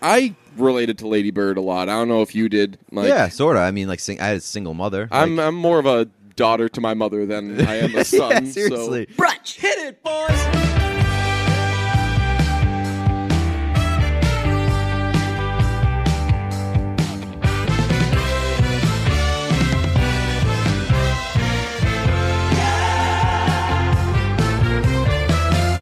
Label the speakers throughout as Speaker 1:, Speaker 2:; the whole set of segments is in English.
Speaker 1: I related to Lady Bird a lot. I don't know if you did. Mike.
Speaker 2: yeah, sort of. I mean, like, sing- I had a single mother.
Speaker 1: I'm
Speaker 2: Like,
Speaker 1: I'm more of a daughter to my mother than I am a son.
Speaker 2: yeah,
Speaker 1: so-
Speaker 2: seriously.
Speaker 3: Brunch. Hit it, boys.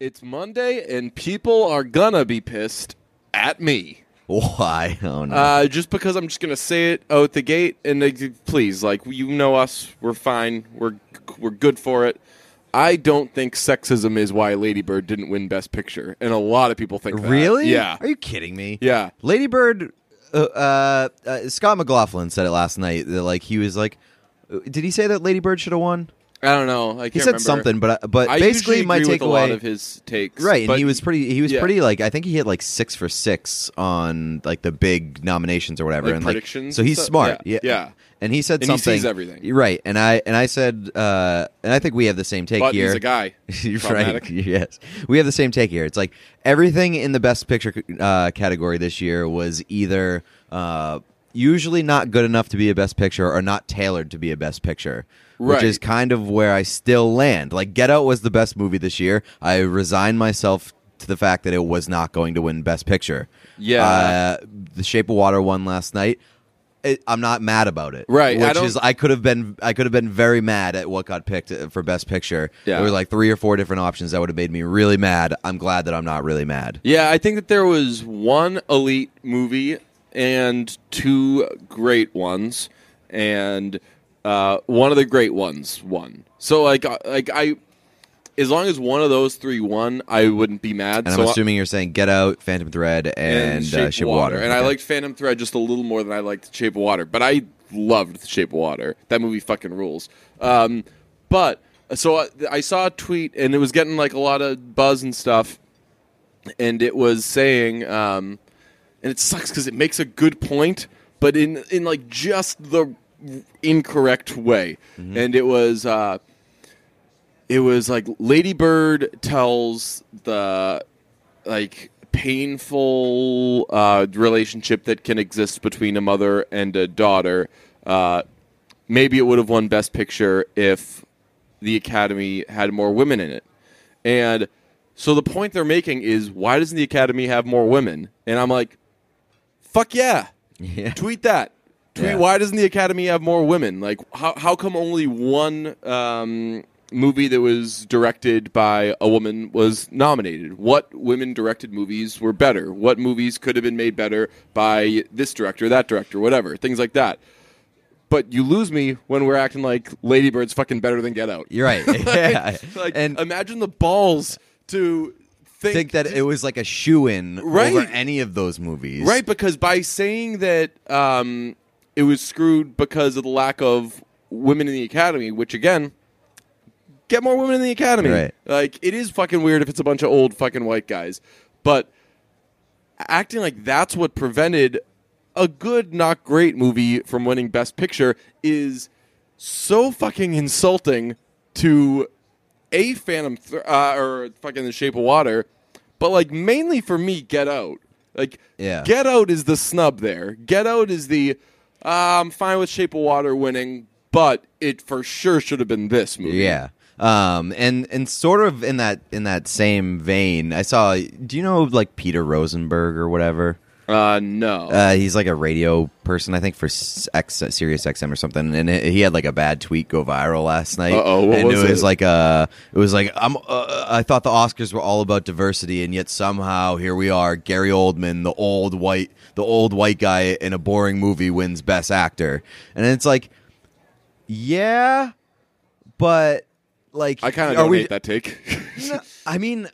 Speaker 1: It's Monday, and people are gonna be pissed at me.
Speaker 2: Why? Oh no.
Speaker 1: Uh, just because I'm just gonna say it out the gate, and they, please, like you know us, we're fine, we're we're good for it. I don't think sexism is why Lady Bird didn't win Best Picture, and a lot of people think that.
Speaker 2: really?
Speaker 1: Yeah,
Speaker 2: Are you kidding me?
Speaker 1: yeah.
Speaker 2: Lady Bird. Uh, uh, uh, Scott McLaughlin said it last night. That, like he was like, uh, did he say that Lady Bird should have won?
Speaker 1: I don't know. I
Speaker 2: He
Speaker 1: can't
Speaker 2: said
Speaker 1: remember.
Speaker 2: something, but uh, but
Speaker 1: I
Speaker 2: basically
Speaker 1: usually
Speaker 2: my
Speaker 1: agree
Speaker 2: takeaway
Speaker 1: with a lot of his takes,
Speaker 2: Right,
Speaker 1: but
Speaker 2: and he was pretty. He was
Speaker 1: yeah.
Speaker 2: pretty like I think he hit like six for six on like the big nominations or whatever,
Speaker 1: Like
Speaker 2: and
Speaker 1: predictions
Speaker 2: like so
Speaker 1: and
Speaker 2: he's
Speaker 1: stuff?
Speaker 2: smart.
Speaker 1: Yeah,
Speaker 2: Yeah,
Speaker 1: yeah.
Speaker 2: And he said
Speaker 1: And he
Speaker 2: something.
Speaker 1: sees everything.
Speaker 2: You're Right, and I and I said, uh, and I think we have the same take
Speaker 1: but
Speaker 2: here.
Speaker 1: he's a guy.
Speaker 2: You're
Speaker 1: Problematic.
Speaker 2: right. Yes, we have the same take here. It's like everything in the best picture uh, category this year was either uh, usually not good enough to be a best picture or not tailored to be a best picture,
Speaker 1: Right.
Speaker 2: which is kind of where I still land. Like Get Out was the best movie this year. I resigned myself to the fact that it was not going to win best picture.
Speaker 1: Yeah.
Speaker 2: uh, The Shape of Water won last night. It, I'm not mad about it,
Speaker 1: Right, I
Speaker 2: Which
Speaker 1: don't-
Speaker 2: is I could have been I could have been very mad at what got picked uh, for best picture.
Speaker 1: Yeah.
Speaker 2: There were like three or four different options that would have made me really mad. I'm glad that I'm not really mad.
Speaker 1: Yeah, I think that there was one elite movie and two great ones, and uh, one of the great ones won. So like, uh, like I, as long as one of those three won, I wouldn't be mad.
Speaker 2: And
Speaker 1: so
Speaker 2: I'm
Speaker 1: I-
Speaker 2: assuming you're saying Get Out, Phantom Thread, and, uh, Shape of Water.
Speaker 1: And I
Speaker 2: Okay.
Speaker 1: liked Phantom Thread just a little more than I liked The Shape of Water, but I loved The Shape of Water. That movie fucking rules. Um, but so I, I saw a tweet, and it was getting like a lot of buzz and stuff, and it was saying, um, and it sucks because it makes a good point, but in in like just the incorrect way,
Speaker 2: Mm-hmm.
Speaker 1: and it was. Uh, it was like Lady Bird tells the like painful uh, relationship that can exist between a mother and a daughter. Uh, maybe it would have won Best Picture if the Academy had more women in it. And so the point they're making is why doesn't the Academy have more women? And I'm like, fuck yeah.
Speaker 2: Yeah.
Speaker 1: Tweet that. Tweet
Speaker 2: Yeah.
Speaker 1: why doesn't the Academy have more women? Like how how come only one um, movie that was directed by a woman was nominated? What women directed movies were better? What movies could have been made better by this director, that director, whatever, things like that. But you lose me when we're acting like Lady Bird's fucking better than Get Out.
Speaker 2: You're right. yeah.
Speaker 1: Like,
Speaker 2: and
Speaker 1: imagine the balls to think,
Speaker 2: think that it was like a shoe in
Speaker 1: Right.
Speaker 2: over any of those movies.
Speaker 1: right because by saying that um, it was screwed because of the lack of women in the academy, which again, get more women in the academy.
Speaker 2: Right.
Speaker 1: Like it is fucking weird if it's a bunch of old fucking white guys, but acting like that's what prevented a good, not great movie from winning Best Picture is so fucking insulting to a Phantom Thr uh, or fucking The Shape of Water, but like mainly for me, Get Out. Like,
Speaker 2: Yeah.
Speaker 1: Get Out is the snub there. Get Out is the uh, I'm fine with Shape of Water winning, but it for sure should have been this movie.
Speaker 2: Yeah. Um and and sort of in that in that same vein, I saw do you know like Peter Rosenberg or whatever?
Speaker 1: Uh, no.
Speaker 2: Uh, he's like a radio person, I think, for S- X, Sirius XM or something. And it, he had like a bad tweet go viral last night.
Speaker 1: Uh-oh, what
Speaker 2: and
Speaker 1: was
Speaker 2: it was
Speaker 1: it?
Speaker 2: like uh, it was like I'm. Uh, I thought the Oscars were all about diversity, and yet somehow here we are. Gary Oldman, the old white, the old white guy in a boring movie, wins Best Actor, and it's like, yeah, but like
Speaker 1: I kind of
Speaker 2: are
Speaker 1: don't
Speaker 2: we-
Speaker 1: hate that take.
Speaker 2: no, I mean,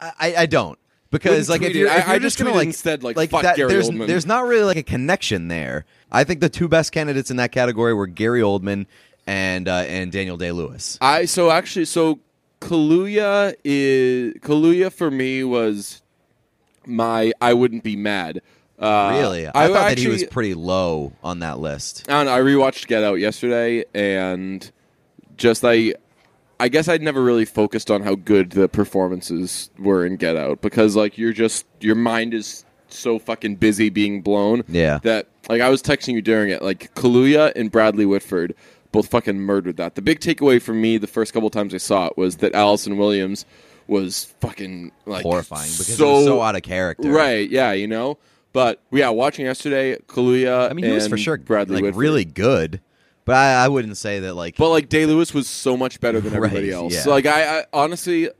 Speaker 2: I- I, I don't because
Speaker 1: Wouldn't
Speaker 2: like if
Speaker 1: tweet
Speaker 2: you're,
Speaker 1: it.
Speaker 2: if
Speaker 1: I-
Speaker 2: you're
Speaker 1: I
Speaker 2: just
Speaker 1: just
Speaker 2: gonna
Speaker 1: tweeted
Speaker 2: like
Speaker 1: instead, like, fuck Gary
Speaker 2: there's,
Speaker 1: Oldman.
Speaker 2: There's not really like a connection there. I think the two best candidates in that category were Gary Oldman and uh, and Daniel Day Lewis.
Speaker 1: I so actually so Kaluuya is Kaluuya for me was my I wouldn't be mad. Uh,
Speaker 2: really, I, thought that he was pretty low on that list.
Speaker 1: I don't know. I rewatched Get Out yesterday, and just I, I guess I'd never really focused on how good the performances were in Get Out because like you're just your mind is so fucking busy being blown.
Speaker 2: Yeah.
Speaker 1: That like I was texting you during it, like Kaluuya and Bradley Whitford both fucking murdered that. The big takeaway for me the first couple times I saw it was that Allison Williams was fucking like
Speaker 2: horrifying because it was so out of character.
Speaker 1: Right, yeah, you know. But yeah, watching yesterday, Kaluuya.
Speaker 2: I mean, he was for
Speaker 1: and
Speaker 2: sure
Speaker 1: Bradley
Speaker 2: like
Speaker 1: Whitford.
Speaker 2: really good, but I, I wouldn't say that like
Speaker 1: But like Day Lewis was so much better than
Speaker 2: Right,
Speaker 1: everybody else.
Speaker 2: yeah.
Speaker 1: So, Like I, I honestly,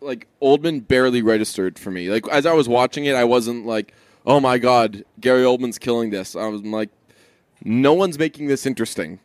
Speaker 1: like Oldman barely registered for me. Like as I was watching it, I wasn't like, oh my god, Gary Oldman's killing this. I was like, no one's making this interesting.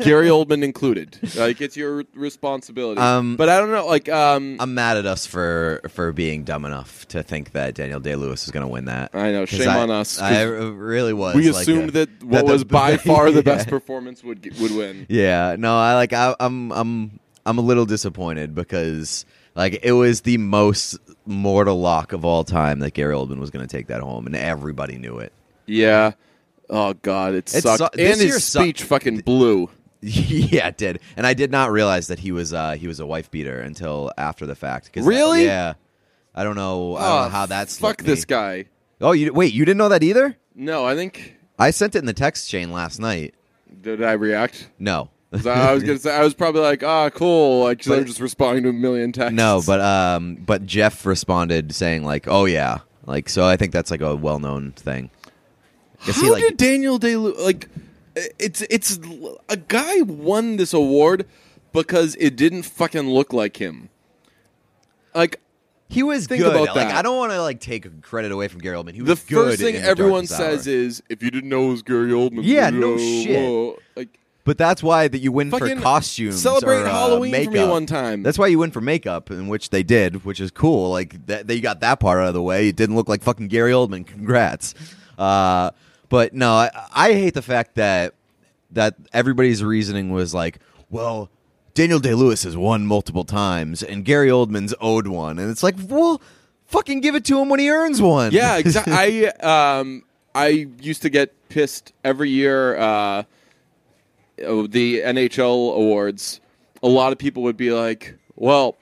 Speaker 1: Gary Oldman included. Like it's your responsibility.
Speaker 2: Um,
Speaker 1: but I don't know. Like um,
Speaker 2: I'm mad at us for for being dumb enough to think that Daniel Day Lewis is going to win that.
Speaker 1: I know.
Speaker 2: 'Cause
Speaker 1: Shame
Speaker 2: I-
Speaker 1: on us. 'cause
Speaker 2: I really was.
Speaker 1: we
Speaker 2: like,
Speaker 1: assumed
Speaker 2: uh,
Speaker 1: that what
Speaker 2: the-
Speaker 1: was by far the best
Speaker 2: Yeah.
Speaker 1: performance would get, would win.
Speaker 2: Yeah, no, I like I, I'm I'm I'm a little disappointed because like it was the most mortal lock of all time that Gary Oldman was going to take that home, and everybody knew it.
Speaker 1: Yeah. Oh God, it
Speaker 2: It
Speaker 1: sucked.
Speaker 2: su- this
Speaker 1: and
Speaker 2: year
Speaker 1: his
Speaker 2: sucked.
Speaker 1: speech fucking blew.
Speaker 2: yeah, it did, and I did not realize that he was uh, he was a wife beater until after the fact. 'cause
Speaker 1: Really?
Speaker 2: yeah, I don't know. I don't
Speaker 1: Oh,
Speaker 2: know how that's
Speaker 1: fuck this guy.
Speaker 2: Oh, you wait, you didn't know that either?
Speaker 1: No, I think
Speaker 2: I sent it in the text chain last night.
Speaker 1: did I react?
Speaker 2: No,
Speaker 1: 'Cause I was gonna say I was probably like, ah, cool. Like 'cause
Speaker 2: But-
Speaker 1: I'm just responding to a million texts.
Speaker 2: No, but um, but Jeff responded saying like, "Oh yeah," like so. I think that's like a well-known thing. Is
Speaker 1: how
Speaker 2: he, like-
Speaker 1: did Daniel Day Lu- like? It's it's a guy won this award because it didn't fucking look like him. Like
Speaker 2: He was
Speaker 1: Think
Speaker 2: good.
Speaker 1: about
Speaker 2: like
Speaker 1: that.
Speaker 2: I don't want to like take credit away from Gary Oldman. He was
Speaker 1: the
Speaker 2: good
Speaker 1: first thing
Speaker 2: in The
Speaker 1: everyone
Speaker 2: Darkest Hour.
Speaker 1: says is, if you didn't know it was Gary Oldman,
Speaker 2: Yeah, no
Speaker 1: whoa,
Speaker 2: shit.
Speaker 1: whoa." Like
Speaker 2: but that's why that you win for
Speaker 1: Fucking
Speaker 2: costumes.
Speaker 1: celebrate
Speaker 2: or, uh,
Speaker 1: Halloween for me
Speaker 2: makeup.
Speaker 1: one time.
Speaker 2: That's why you win for makeup, in which they did, which is cool. Like that, they got that part out of the way. It didn't look like fucking Gary Oldman. Congrats. Uh, but no, I, I hate the fact that that everybody's reasoning was like, well, Daniel Day Lewis has won multiple times, and Gary Oldman's owed one, and it's like, well, fucking give it to him when he earns one.
Speaker 1: Yeah, exactly. I um, I used to get pissed every year. Uh, oh, the NHL awards, a lot of people would be like, "Well,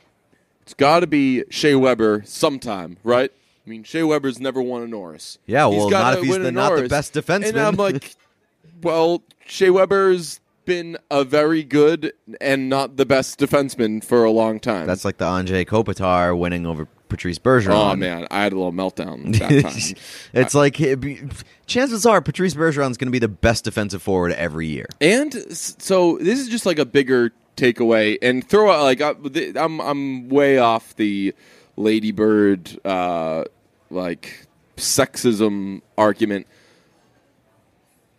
Speaker 1: it's got to be Shea Weber sometime, right?" I mean, Shea Weber's never won a Norris.
Speaker 2: Yeah, well,
Speaker 1: gotta
Speaker 2: not if he's
Speaker 1: win a
Speaker 2: the- not the
Speaker 1: Norris.
Speaker 2: best
Speaker 1: And
Speaker 2: defenseman.
Speaker 1: I'm like, well, Shea Weber's been a very good and not the best defenseman for a long time.
Speaker 2: That's like the Andre Kopitar winning over Patrice Bergeron.
Speaker 1: oh man, I had a little meltdown that time.
Speaker 2: it's like it'd be, chances are Patrice Bergeron's going to be the best defensive forward every year.
Speaker 1: And s- so this is just like a bigger takeaway, and throw out like I, th- I'm I'm way off the ladybird uh, like sexism argument.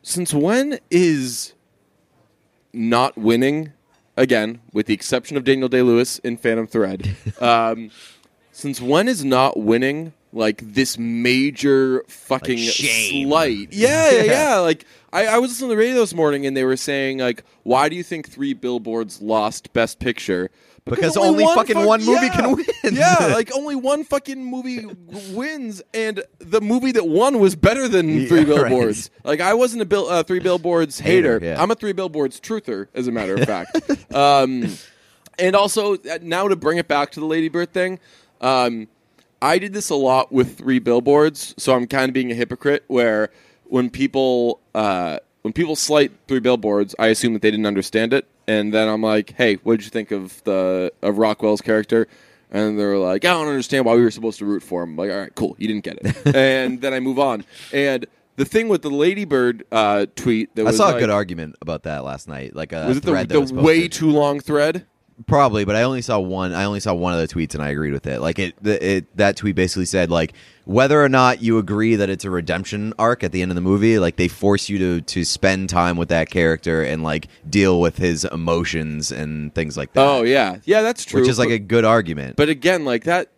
Speaker 1: Since when is not winning again, with the exception of Daniel Day Lewis in Phantom Thread? um, since when is not winning like this major fucking
Speaker 2: shame.
Speaker 1: slight? Yeah, yeah,
Speaker 2: Yeah.
Speaker 1: yeah. Like I, I was listening to the radio this morning, and they were saying like, why do you think Three Billboards lost Best Picture?
Speaker 2: Because only fucking one movie
Speaker 1: yeah.
Speaker 2: can win.
Speaker 1: yeah, like only one fucking movie w- wins, and the movie that won was better than
Speaker 2: Yeah,
Speaker 1: Three
Speaker 2: right.
Speaker 1: Billboards. Like I wasn't a bill, uh, Three Billboards hater.
Speaker 2: Hater, yeah.
Speaker 1: I'm a Three Billboards truther, as a matter of fact. um, and also uh, now to bring it back to the Lady Bird thing. Um, I did this a lot with three billboards, so I'm kind of being a hypocrite. Where when people uh, when people slight three billboards, I assume that they didn't understand it, and then I'm like, "Hey, what did you think of the of Rockwell's character?" And they're like, "I don't understand why we were supposed to root for him." I'm like, all right, cool, you didn't get it, and then I move on. And the thing with the Ladybird uh, tweet that
Speaker 2: I
Speaker 1: was
Speaker 2: saw
Speaker 1: like-
Speaker 2: a good argument about that last night. Like a
Speaker 1: was it the,
Speaker 2: thread that
Speaker 1: the
Speaker 2: was posted.
Speaker 1: way too long thread?
Speaker 2: probably, but I only saw one. I only saw one of the tweets, and I agreed with it. Like it, the- it that tweet basically said like whether or not you agree that it's a redemption arc at the end of the movie, like they force you to to spend time with that character and like deal with his emotions and things like that.
Speaker 1: Oh yeah, yeah, that's true.
Speaker 2: which is like
Speaker 1: but-
Speaker 2: a good argument.
Speaker 1: But again, like that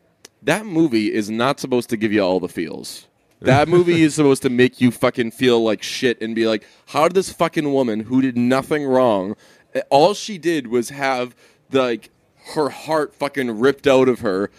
Speaker 1: that movie is not supposed to give you all the feels. That movie is supposed to make you fucking feel like shit and be like, how did this fucking woman who did nothing wrong, eh, all she did was have like her heart fucking ripped out of her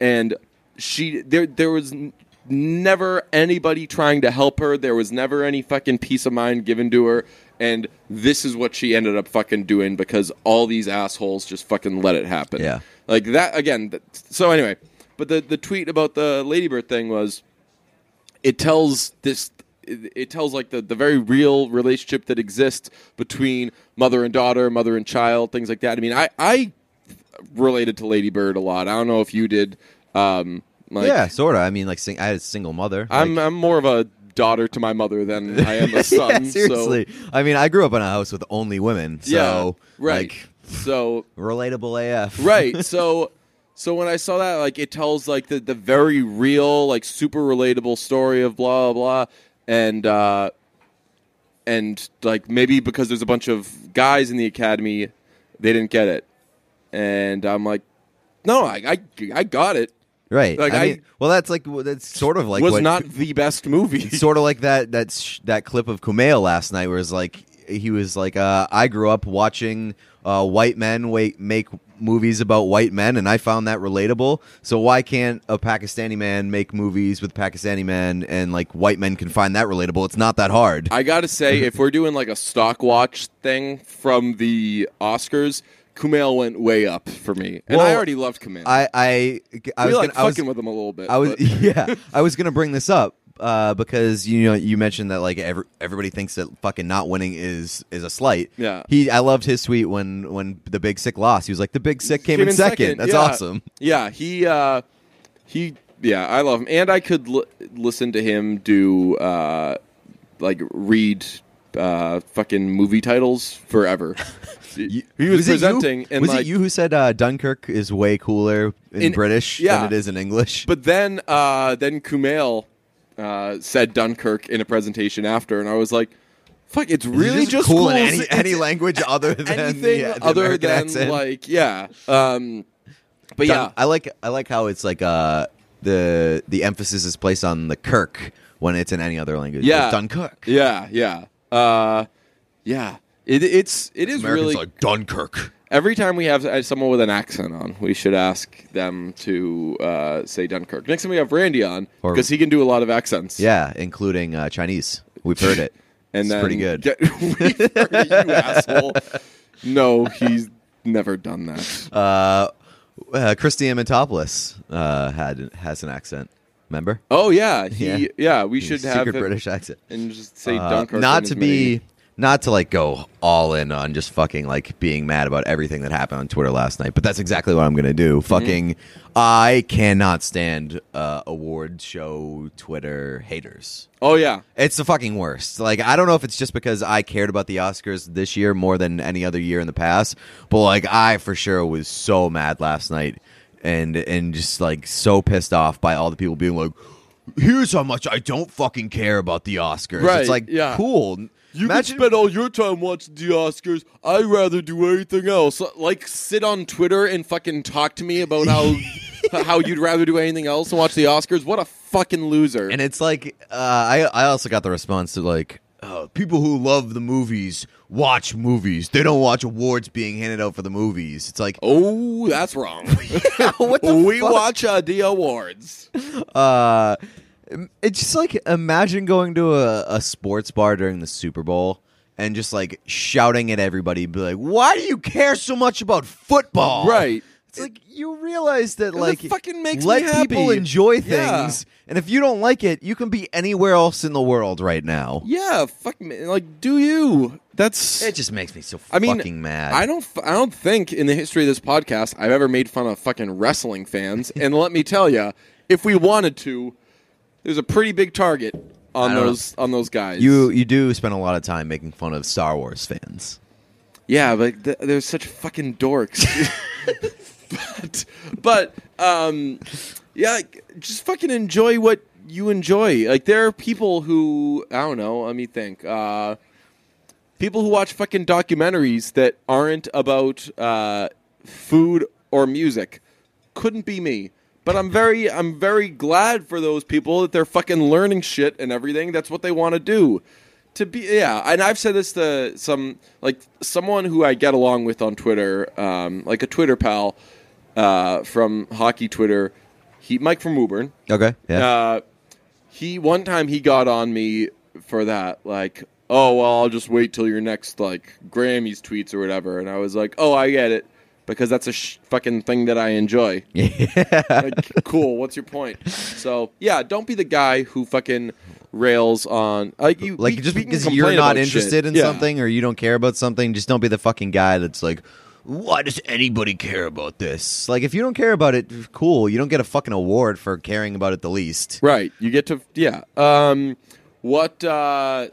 Speaker 1: and she there there was n- never anybody trying to help her. There was never any fucking peace of mind given to her. And this is what she ended up fucking doing because all these assholes just fucking let it happen.
Speaker 2: Yeah.
Speaker 1: Like that again. th- So anyway, but the the tweet about the ladybird thing was it tells this it, it tells like the, the very real relationship that exists between mother and daughter, mother and child, things like that. I mean, I I related to Lady Bird a lot. I don't know if you did. Um, like,
Speaker 2: yeah, sort of. I mean, like, sing- I had a single mother.
Speaker 1: I'm
Speaker 2: like,
Speaker 1: I'm more of a daughter to my mother than I am a son.
Speaker 2: yeah, seriously. I mean, I grew up in a house with only women,
Speaker 1: So, yeah,
Speaker 2: so
Speaker 1: right.
Speaker 2: like,
Speaker 1: so
Speaker 2: relatable AF.
Speaker 1: right so so when i saw that like it tells like the, the very real like super relatable story of blah blah blah and uh and like maybe because there's a bunch of guys in the academy they didn't get it and i'm like no i i, I got it
Speaker 2: right.
Speaker 1: Like,
Speaker 2: I,
Speaker 1: I-
Speaker 2: mean, well, that's like well, that's sort of like
Speaker 1: was
Speaker 2: what,
Speaker 1: not the best movie
Speaker 2: It's sort of like that that sh- that clip of Kumail last night, where it's like he was like, uh, "I grew up watching uh, white men wait, make movies about white men, and I found that relatable. So why can't a Pakistani man make movies with Pakistani men, and like white men can find that relatable? It's not that hard.
Speaker 1: I gotta say, if we're doing like a stock watch thing from the Oscars, Kumail went way up for me, and I
Speaker 2: Well,
Speaker 1: already loved Kumail.
Speaker 2: I I, I
Speaker 1: we
Speaker 2: was
Speaker 1: like
Speaker 2: gonna, I was-
Speaker 1: fucking with him a little bit.
Speaker 2: I was
Speaker 1: but-
Speaker 2: yeah, I was gonna bring this up uh, because you know you mentioned that like every, everybody thinks that fucking not winning is is a slight.
Speaker 1: Yeah.
Speaker 2: he I loved his tweet when when the big sick lost. He was like the big sick came, in, second. That's
Speaker 1: yeah.
Speaker 2: awesome.
Speaker 1: Yeah, he uh, he yeah, I love him, and I could l- listen to him do uh, like read uh, fucking movie titles forever. he was,
Speaker 2: it you-
Speaker 1: presenting, and
Speaker 2: was
Speaker 1: like,
Speaker 2: it you who said uh, Dunkirk is way cooler in,
Speaker 1: In-
Speaker 2: British
Speaker 1: yeah.
Speaker 2: than it is in English?
Speaker 1: but then uh, then Kumail uh, said Dunkirk in a presentation after, and I was like, "Fuck, it's really
Speaker 2: It's
Speaker 1: just
Speaker 2: cool in
Speaker 1: cool
Speaker 2: any, any language other than
Speaker 1: anything
Speaker 2: the, uh, the
Speaker 1: other
Speaker 2: American
Speaker 1: than
Speaker 2: accent.
Speaker 1: like yeah." Um, but
Speaker 2: Dun-
Speaker 1: yeah,
Speaker 2: I like I like how it's like uh the the emphasis is placed on the Kirk when it's in any other language.
Speaker 1: Yeah.
Speaker 2: Like, Dunkirk.
Speaker 1: Yeah, yeah, uh, yeah. It, it's it is
Speaker 2: Americans
Speaker 1: really
Speaker 2: like Dunkirk.
Speaker 1: every time we have uh, someone with an accent on, we should ask them to uh, say Dunkirk. Next time we have Randy on
Speaker 2: Or-
Speaker 1: because he can do a lot of accents.
Speaker 2: Yeah, including uh, Chinese. We've heard it.
Speaker 1: and
Speaker 2: it's
Speaker 1: then
Speaker 2: pretty good.
Speaker 1: Get, We've heard you asshole. No, he's never done that.
Speaker 2: uh, uh, Christy Amantopoulos uh, had has an accent. Remember?
Speaker 1: Oh yeah, he, yeah,
Speaker 2: Yeah.
Speaker 1: We should
Speaker 2: Secret
Speaker 1: have him
Speaker 2: British accent.
Speaker 1: and just say
Speaker 2: Uh,
Speaker 1: Dunkirk.
Speaker 2: not
Speaker 1: in
Speaker 2: to
Speaker 1: as many-
Speaker 2: be, not to like go all in on just fucking like being mad about everything that happened on Twitter last night. But that's exactly what I'm gonna do. Fucking, I cannot stand uh, award show Twitter haters.
Speaker 1: Oh yeah,
Speaker 2: It's the fucking worst. Like I don't know if it's just because I cared about the Oscars this year more than any other year in the past, but like I for sure was so mad last night and and just like so pissed off by all the people being like here's how much I don't fucking care about the Oscars.
Speaker 1: Right,
Speaker 2: It's like
Speaker 1: yeah.
Speaker 2: cool.
Speaker 1: You can spend all your time watching the Oscars. I'd rather do anything else. Like sit on Twitter and fucking talk to me about how how you'd rather do anything else than watch the Oscars. What a fucking loser.
Speaker 2: And it's like uh, I I also got the response to like oh, people who love the movies watch movies. They don't watch awards being handed out for the movies. It's like
Speaker 1: oh, that's wrong. Oh.
Speaker 2: what the
Speaker 1: we
Speaker 2: fuck?
Speaker 1: watch uh, the awards.
Speaker 2: uh it's just like imagine going to a, a sports bar during the super bowl and just like shouting at everybody be like why do you care so much about football
Speaker 1: Right.
Speaker 2: it's like you realize that
Speaker 1: that
Speaker 2: like
Speaker 1: fucking makes me
Speaker 2: let people
Speaker 1: happy.
Speaker 2: enjoy things
Speaker 1: Yeah.
Speaker 2: and if you don't like it you can be anywhere else in the world right now
Speaker 1: Yeah, fuck. me. Like, do you? That's.
Speaker 2: it just makes me so
Speaker 1: I mean,
Speaker 2: fucking mad
Speaker 1: I don't. f- I don't think in the history of this podcast I've ever made fun of fucking wrestling fans. and let me tell you, if we wanted to, there's a pretty big target on
Speaker 2: I don't
Speaker 1: those on those guys.
Speaker 2: you you do spend a lot of time making fun of star wars fans
Speaker 1: Yeah, but th- they're such fucking dorks. but, but, um, yeah, like, just fucking enjoy what you enjoy. Like, there are people who I don't know. Let me think. Uh, people who watch fucking documentaries that aren't about uh, food or music couldn't be me. But I'm very, I'm very glad for those people that they're fucking learning shit and everything. That's what they want to do. To be, yeah. And I've said this to some, like someone who I get along with on Twitter, um, like a Twitter pal uh, from hockey Twitter. He, Mike from Woburn.
Speaker 2: okay yeah
Speaker 1: Uh, he one time he got on me for that, like, oh well, I'll just wait till your next like Grammys tweets or whatever. And I was like, oh, I get it. because that's a sh- fucking thing that I enjoy.
Speaker 2: yeah.
Speaker 1: Like, cool. What's your point? So yeah, don't be the guy who fucking rails on like you
Speaker 2: Like
Speaker 1: we-
Speaker 2: just
Speaker 1: we can
Speaker 2: because
Speaker 1: complain
Speaker 2: you're not
Speaker 1: about
Speaker 2: interested
Speaker 1: shit.
Speaker 2: in
Speaker 1: Yeah.
Speaker 2: something or you don't care about something, just don't be the fucking guy that's like, why does anybody care about this? Like, if you don't care about it, cool. You don't get a fucking award for caring about it the least.
Speaker 1: Right. You get to yeah. Um, what uh,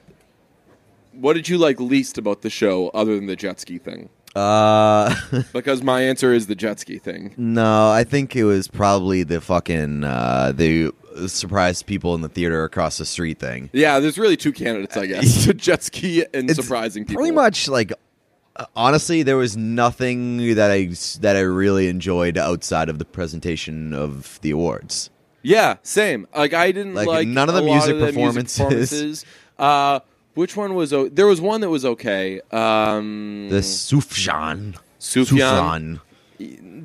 Speaker 1: what did you like least about the show other than the jet ski thing?
Speaker 2: Uh,
Speaker 1: Because my answer is the jet ski thing.
Speaker 2: no, I think it was probably the fucking uh, the surprise people in the theater across the street thing.
Speaker 1: Yeah, there's really two candidates, I guess: the jet ski and
Speaker 2: Uh, It's
Speaker 1: surprising people.
Speaker 2: Pretty much like uh, honestly there was nothing that I that I really enjoyed outside of the presentation of the awards.
Speaker 1: Yeah, same. Like I didn't like,
Speaker 2: Like, none of the
Speaker 1: a lot
Speaker 2: music performances.
Speaker 1: performances. Uh, which one was? O- there was one that was okay. Um,
Speaker 2: The Sufjan
Speaker 1: Sufjan.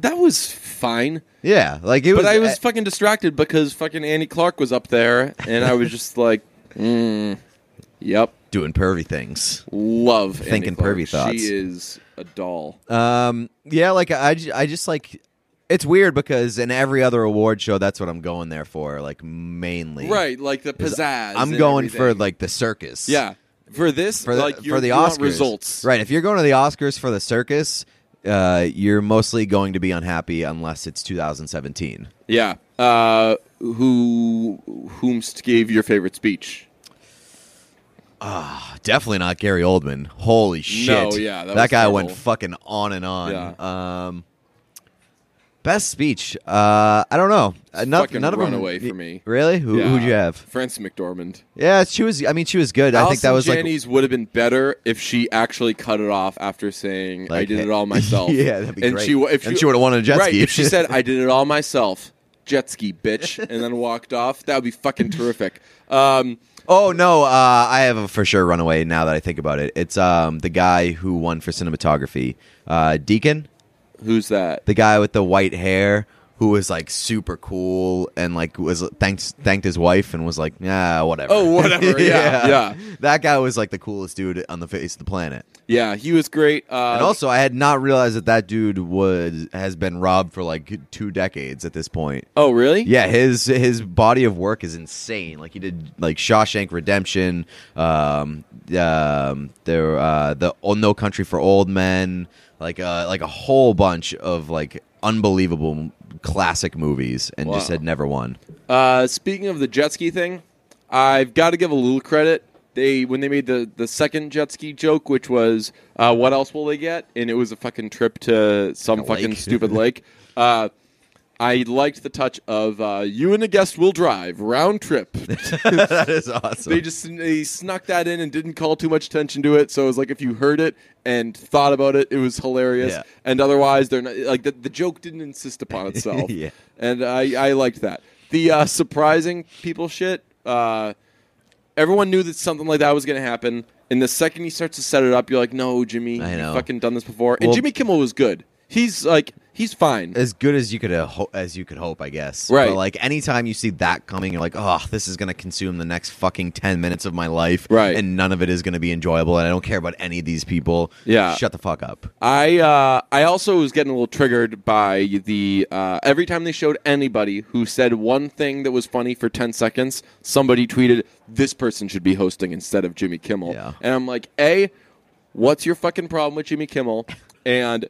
Speaker 1: that was fine,
Speaker 2: Yeah, like it
Speaker 1: but
Speaker 2: was
Speaker 1: I was fucking distracted because fucking Andy Clark was up there, and I was just like, mm, "Yep,
Speaker 2: doing pervy things.
Speaker 1: love
Speaker 2: Thinking
Speaker 1: Andy Clark.
Speaker 2: pervy thoughts.
Speaker 1: She is a doll.
Speaker 2: Um, yeah, like I, j- I just like it's weird because in every other award show, that's what I'm going there for, like mainly.
Speaker 1: Right, like the pizzazz.
Speaker 2: I'm
Speaker 1: and
Speaker 2: going for
Speaker 1: everything.
Speaker 2: like the circus.
Speaker 1: yeah for this
Speaker 2: for the,
Speaker 1: like you're-
Speaker 2: for the
Speaker 1: you want
Speaker 2: Oscars
Speaker 1: results.
Speaker 2: Right. If you're going to the Oscars for the circus, uh, you're mostly going to be unhappy unless it's 2017.
Speaker 1: Yeah. Uh, who whomst gave your favorite speech?
Speaker 2: Definitely not Gary Oldman. Holy shit!
Speaker 1: yeah, that was
Speaker 2: guy went
Speaker 1: terrible.
Speaker 2: fucking on and on. Um, best speech. Uh, I don't know. Uh, None,
Speaker 1: fucking
Speaker 2: none of them
Speaker 1: Runaway for me.
Speaker 2: Really? Who
Speaker 1: Yeah.
Speaker 2: who'd you have?
Speaker 1: Frances McDormand.
Speaker 2: Yeah, she was. I mean, she was good. I think that was
Speaker 1: Janney's would have been better if she actually cut it off after saying I
Speaker 2: Like,
Speaker 1: did
Speaker 2: hey-
Speaker 1: it all myself.
Speaker 2: Yeah, that'd be
Speaker 1: and
Speaker 2: great.
Speaker 1: She, w- if
Speaker 2: And she would've won a jet
Speaker 1: right,
Speaker 2: ski.
Speaker 1: If she said I did it all myself, jet ski bitch, and then walked off, that would be fucking terrific. Um,
Speaker 2: like. Oh no, uh, I have a for sure runaway. Now that I think about it, it's um the guy who won for cinematography, uh, Deacon,
Speaker 1: who's that?
Speaker 2: the guy with the white hair who was like super cool and like was thanked thanked his wife and was like yeah whatever
Speaker 1: Oh, whatever, yeah, yeah.
Speaker 2: that guy was like the coolest dude on the face of the planet
Speaker 1: Yeah, he was great. Uh,
Speaker 2: and also I had not realized that that dude was has been robbed for like two decades at this point
Speaker 1: oh really?
Speaker 2: Yeah, his his body of work is insane. Like he did like Shawshank Redemption, um, um, there uh, the oh, No Country for Old Men, like uh, like a whole bunch of like unbelievable m- classic movies, and just
Speaker 1: Wow.
Speaker 2: had never won.
Speaker 1: Uh, speaking of the jet ski thing, I've got to give a little credit. They when they made the the second jet ski joke, which was uh, what else will they get, and it was a fucking trip to some
Speaker 2: A
Speaker 1: fucking
Speaker 2: lake.
Speaker 1: stupid lake. Uh, I liked the touch of uh, you and a guest will drive round trip.
Speaker 2: that is awesome.
Speaker 1: they just they snuck that in and didn't call too much attention to it, so it was like if you heard it and thought about it, it was hilarious.
Speaker 2: Yeah.
Speaker 1: And otherwise, they're not like the, the joke didn't insist upon itself.
Speaker 2: Yeah.
Speaker 1: and I I liked that. The uh, surprising people shit. Uh, everyone knew that something like that was going to happen. And the second he starts to set it up, you're like, "No, Jimmy,
Speaker 2: I
Speaker 1: you
Speaker 2: know.
Speaker 1: fucking done this before." And
Speaker 2: Well-
Speaker 1: Jimmy Kimmel was good. He's like, he's fine.
Speaker 2: as good as you could uh, ho- as you could hope, I guess.
Speaker 1: Right.
Speaker 2: But like anytime you see that coming, you're like, oh, this is gonna consume the next fucking ten minutes of my life,
Speaker 1: Right.
Speaker 2: And none of it is gonna be enjoyable, and I don't care about any of these people.
Speaker 1: Yeah.
Speaker 2: Shut the fuck up.
Speaker 1: I uh, I also was getting a little triggered by the uh, every time they showed anybody who said one thing that was funny for ten seconds, somebody tweeted this person should be hosting instead of Jimmy Kimmel,
Speaker 2: Yeah.
Speaker 1: and I'm like, a, what's your fucking problem with Jimmy Kimmel, and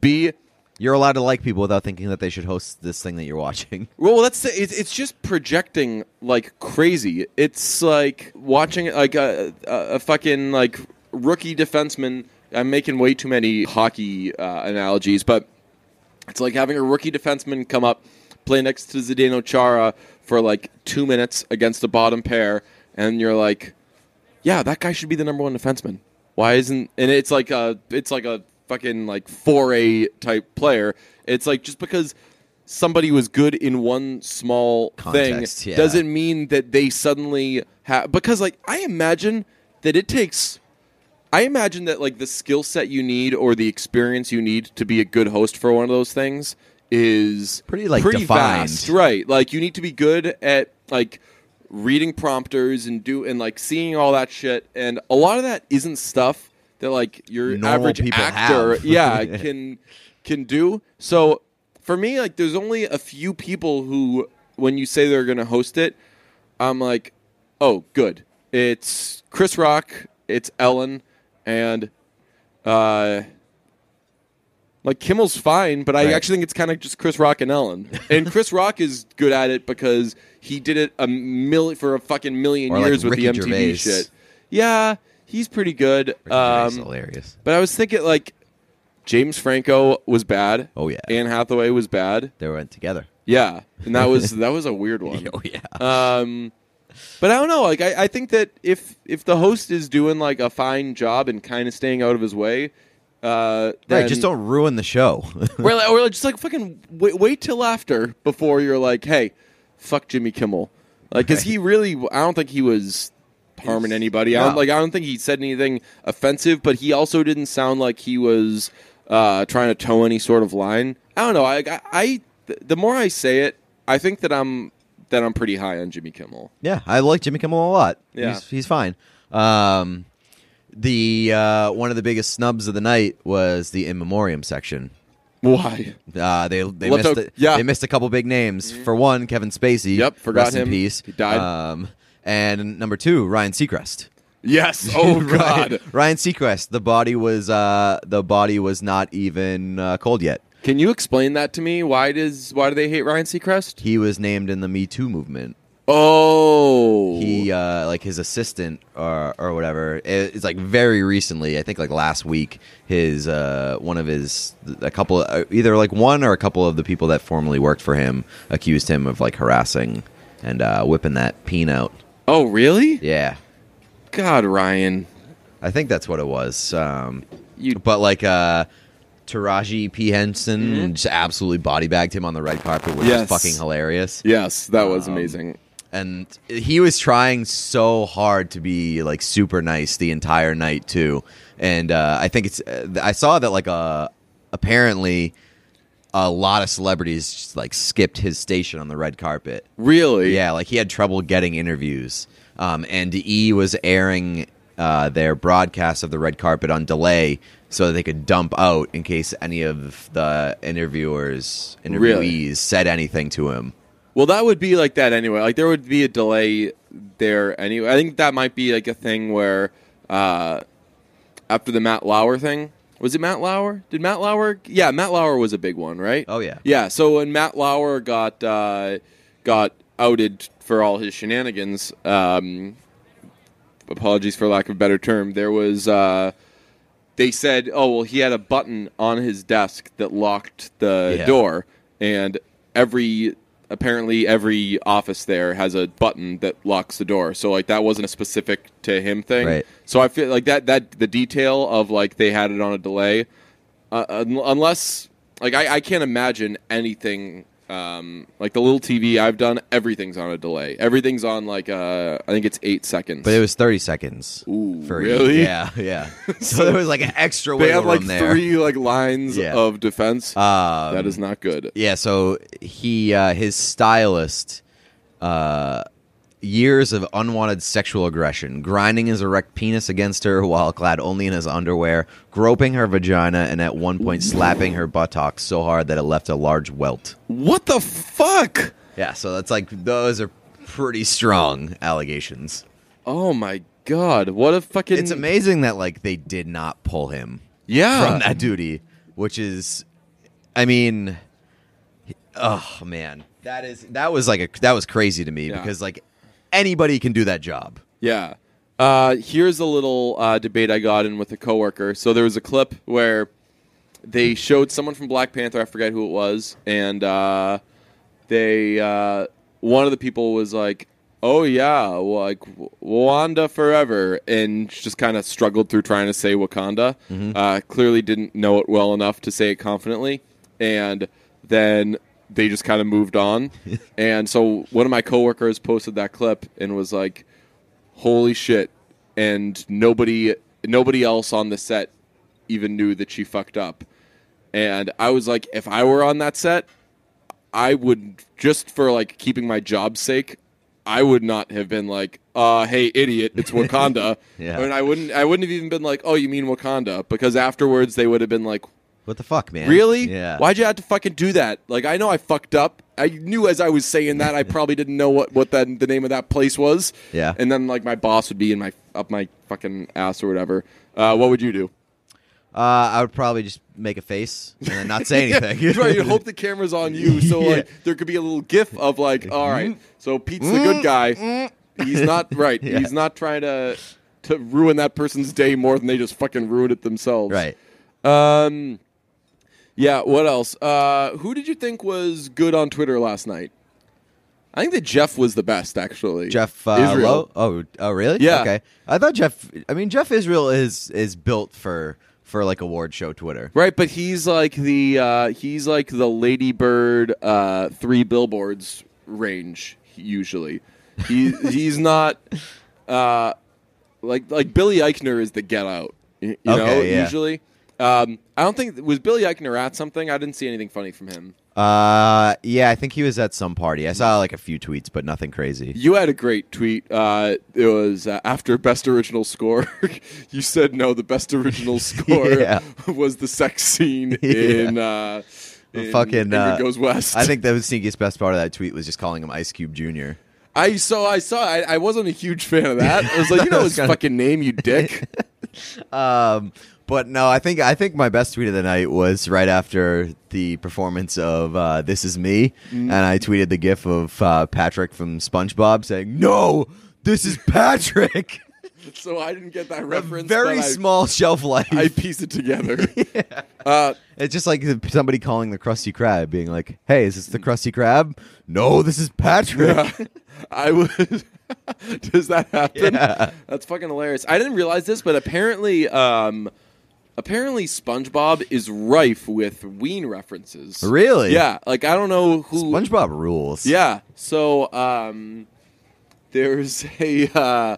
Speaker 1: b,
Speaker 2: You're allowed to like people without thinking that they should host this thing that you're watching.
Speaker 1: Well, that's the, it, it's just projecting like crazy. It's like watching like a, a, a fucking like rookie defenseman. I'm making way too many hockey uh, analogies, but it's like having a rookie defenseman come up, play next to Zdeno Chara for like two minutes against a bottom pair, and you're like, yeah, that guy should be the number one defenseman. Why isn't? And it's like a, it's like a fucking like four A type player. It's like just because somebody was good in one small
Speaker 2: Context,
Speaker 1: thing
Speaker 2: yeah.
Speaker 1: doesn't mean that they suddenly have. Because like I imagine that it takes. I imagine that like the skill set you need or the experience you need to be a good host for one of those things is
Speaker 2: Pretty, like,
Speaker 1: pretty
Speaker 2: defined.
Speaker 1: vast, right? Like you need to be good at like reading prompters and do and like seeing all that shit. And a lot of that isn't stuff that like your
Speaker 2: Normal
Speaker 1: average
Speaker 2: people
Speaker 1: actor,
Speaker 2: have.
Speaker 1: yeah, can can do. So for me, like, there's only a few people who, when you say they're going to host it, I'm like, oh, good. It's Chris Rock, it's Ellen, and uh, like Kimmel's fine, but I
Speaker 2: Right.
Speaker 1: actually think it's kind of just Chris Rock and Ellen. And Chris Rock is good at it because he did it a million for a fucking million
Speaker 2: Or like
Speaker 1: years with
Speaker 2: Ricky
Speaker 1: the MTV
Speaker 2: Gervais.
Speaker 1: shit. Yeah, he's pretty good.
Speaker 2: That's
Speaker 1: Um,
Speaker 2: hilarious.
Speaker 1: but I was thinking like James Franco was bad.
Speaker 2: Oh, yeah.
Speaker 1: Anne Hathaway was bad.
Speaker 2: They went together.
Speaker 1: Yeah, and that was that was a weird one.
Speaker 2: Oh yeah.
Speaker 1: Um, but I don't know. Like I, I think that if if the host is doing like a fine job and kind of staying out of his way, uh, then,
Speaker 2: right. Just don't ruin the show.
Speaker 1: Or like, or like, just like fucking wait, wait till after before you're like, hey, fuck Jimmy Kimmel, like because he really. I don't think he was harming anybody. I don't,
Speaker 2: no.
Speaker 1: like I don't think he said anything offensive, but he also didn't sound like he was uh, trying to toe any sort of line. I don't know. I, I, I the more I say it, I think that I'm that I'm pretty high on Jimmy Kimmel.
Speaker 2: yeah, I like Jimmy Kimmel a lot.
Speaker 1: Yeah.
Speaker 2: He's, he's fine. Um, the uh, one of the biggest snubs of the night was the in memoriam section.
Speaker 1: Why?
Speaker 2: Uh, they they
Speaker 1: Lotto-
Speaker 2: missed a,
Speaker 1: yeah. Mm-hmm.
Speaker 2: they missed a couple big names. For one, Kevin Spacey.
Speaker 1: Yep, forgot
Speaker 2: rest
Speaker 1: him.
Speaker 2: In peace.
Speaker 1: He died.
Speaker 2: Um, and number two, Ryan Seacrest.
Speaker 1: Yes. Oh
Speaker 2: Ryan-
Speaker 1: God.
Speaker 2: Ryan Seacrest. The body was uh, the body was not even uh, cold yet.
Speaker 1: Can you explain that to me? Why does why do they hate Ryan Seacrest?
Speaker 2: He was named in the Me Too movement.
Speaker 1: Oh.
Speaker 2: He uh, like his assistant or or whatever. it- It's like very recently. I think like last week. His uh, one of his a couple uh, either like one or a couple of the people that formerly worked for him accused him of like harassing and uh, whipping that peen out.
Speaker 1: Oh really?
Speaker 2: Yeah,
Speaker 1: God, Ryan.
Speaker 2: I think that's what it was. Um,
Speaker 1: You-
Speaker 2: but like uh, Taraji P Henson just absolutely body bagged him on the red carpet, which
Speaker 1: Mm-hmm. Yes.
Speaker 2: is fucking hilarious.
Speaker 1: Yes, that was
Speaker 2: Um,
Speaker 1: amazing.
Speaker 2: And he was trying so hard to be like super nice the entire night too. And uh, I think it's uh, I saw that like uh, apparently a lot of celebrities just, like skipped his station on the red carpet.
Speaker 1: Really?
Speaker 2: Yeah, like he had trouble getting interviews. Um, and E was airing uh, their broadcast of the red carpet on delay so that they could dump out in case any of the interviewers, interviewees,
Speaker 1: Really?
Speaker 2: said anything to him.
Speaker 1: Well, that would be like that anyway. Like there would be a delay there anyway. I think that might be like a thing where uh, after the Matt Lauer thing, was it Matt Lauer? Did Matt Lauer? Yeah, Matt Lauer was a big one, right?
Speaker 2: Oh, yeah.
Speaker 1: Yeah. So when Matt Lauer got uh, got outed for all his shenanigans, um, apologies for lack of a better term, there was. Uh, they said, "Oh well, he had a button on his desk that locked the
Speaker 2: Yeah.
Speaker 1: door, and every apparently every office there has a button that locks the door. So like that wasn't a specific to him thing.
Speaker 2: Right.
Speaker 1: So I feel like that that the detail of like they had it on a delay, uh, un- unless like I, I can't imagine anything." Um, like the little TV I've done, everything's on a delay. Everything's on like uh, I think it's eight seconds.
Speaker 2: But it was 30 seconds.
Speaker 1: Ooh,
Speaker 2: E.
Speaker 1: really?
Speaker 2: Yeah, yeah. so there was like an extra
Speaker 1: they
Speaker 2: wiggle
Speaker 1: have like
Speaker 2: room there.
Speaker 1: three like lines
Speaker 2: Yeah.
Speaker 1: of defense.
Speaker 2: Um,
Speaker 1: that is not good.
Speaker 2: Yeah, so he uh, his stylist uh, years of unwanted sexual aggression, grinding his erect penis against her while clad only in his underwear, groping her vagina, and at one point slapping her buttocks so hard that it left a large welt.
Speaker 1: What the fuck?
Speaker 2: Yeah, so that's like those are pretty strong allegations.
Speaker 1: Oh my god! What a fucking
Speaker 2: It's amazing that like they did not pull him.
Speaker 1: Yeah,
Speaker 2: from that duty, which is, I mean, oh man, that is that was like a that was crazy to me
Speaker 1: Yeah.
Speaker 2: because like anybody can do that job.
Speaker 1: yeah. Uh, here's a little uh, debate I got in with a coworker. So there was a clip where they showed someone from Black Panther. I forget who it was, and uh, they uh, one of the people was like, "Oh yeah, like Wanda forever," and she just kind of struggled through trying to say Wakanda. Uh, clearly, didn't know it well enough to say it confidently, and then they just kind of moved on. and so one of my coworkers posted that clip and was like, "Holy shit!" And nobody nobody else on the set even knew that she fucked up. And I was like, if I were on that set, I would just for like keeping my job's sake, I would not have been like, uh, hey, idiot, it's Wakanda.
Speaker 2: Yeah.
Speaker 1: And I wouldn't I wouldn't have even been like, Oh, you mean Wakanda? Because afterwards they would have been like,
Speaker 2: What the fuck, man?
Speaker 1: Really?
Speaker 2: Yeah.
Speaker 1: Why'd you have to fucking do that? Like, I know I fucked up. I knew as I was saying that I probably didn't know what what that the name of that place was.
Speaker 2: Yeah.
Speaker 1: And then like my boss would be in my up my fucking ass or whatever. Uh, what would you do?
Speaker 2: Uh, I would probably just make a face and then not say
Speaker 1: Yeah,
Speaker 2: anything.
Speaker 1: right, you'd hope the camera's on you, so like
Speaker 2: Yeah. Mm-hmm.
Speaker 1: there could be a little gif of like, all right, so Pete's the good guy. He's not right.
Speaker 2: Yeah.
Speaker 1: He's not trying to to ruin that person's day more than they just fucking ruined it themselves.
Speaker 2: Right.
Speaker 1: Um. Yeah. What else? Uh, who did you think was good on Twitter last night? I think that Jeff was the best, actually.
Speaker 2: Jeff uh,
Speaker 1: Israel.
Speaker 2: Lowe? Oh, oh, really?
Speaker 1: Yeah.
Speaker 2: Okay. I thought Jeff. I mean, Jeff Israel is is built for for like award show Twitter.
Speaker 1: Right, but he's like the uh, he's like the Ladybird uh, three billboards range usually. He he's not uh, like like Billy Eichner is the Get Out. y- You
Speaker 2: Okay,
Speaker 1: know,
Speaker 2: yeah.
Speaker 1: usually. Um, I don't think was Billy Eichner at something. I didn't see anything funny from him.
Speaker 2: Uh, yeah, I think he was at some party. I saw like a few tweets, but nothing crazy.
Speaker 1: You had a great tweet. Uh, it was uh, after best original score. you said no. The best original score
Speaker 2: Yeah.
Speaker 1: was the sex scene
Speaker 2: Yeah.
Speaker 1: in, uh, in
Speaker 2: fucking,
Speaker 1: Ingrid
Speaker 2: uh,
Speaker 1: Goes West.
Speaker 2: I think the sneakiest best part of that tweet was just calling him Ice Cube Junior.
Speaker 1: I so I saw. I, I wasn't a huge fan of that. I was like, you know
Speaker 2: That's
Speaker 1: his
Speaker 2: kinda-
Speaker 1: fucking name, you dick.
Speaker 2: Um, but no, I think I think my best tweet of the night was right after the performance of uh, "This Is Me,"
Speaker 1: Mm.
Speaker 2: and I tweeted the GIF of uh, Patrick from SpongeBob saying, "No, this is Patrick."
Speaker 1: so I didn't get that
Speaker 2: A
Speaker 1: reference.
Speaker 2: very
Speaker 1: but I-
Speaker 2: small shelf life.
Speaker 1: I pieced it together. uh,
Speaker 2: it's just like somebody calling the Krusty Krab, being like, "Hey, is this the Krusty Krab?" No, this is Patrick.
Speaker 1: yeah, I would. Does that happen?
Speaker 2: Yeah.
Speaker 1: That's fucking hilarious. I didn't realize this, but apparently, um, apparently, SpongeBob is rife with Ween references.
Speaker 2: Really?
Speaker 1: Yeah. Like I don't know who.
Speaker 2: SpongeBob rules.
Speaker 1: Yeah. So um, there's a. Uh,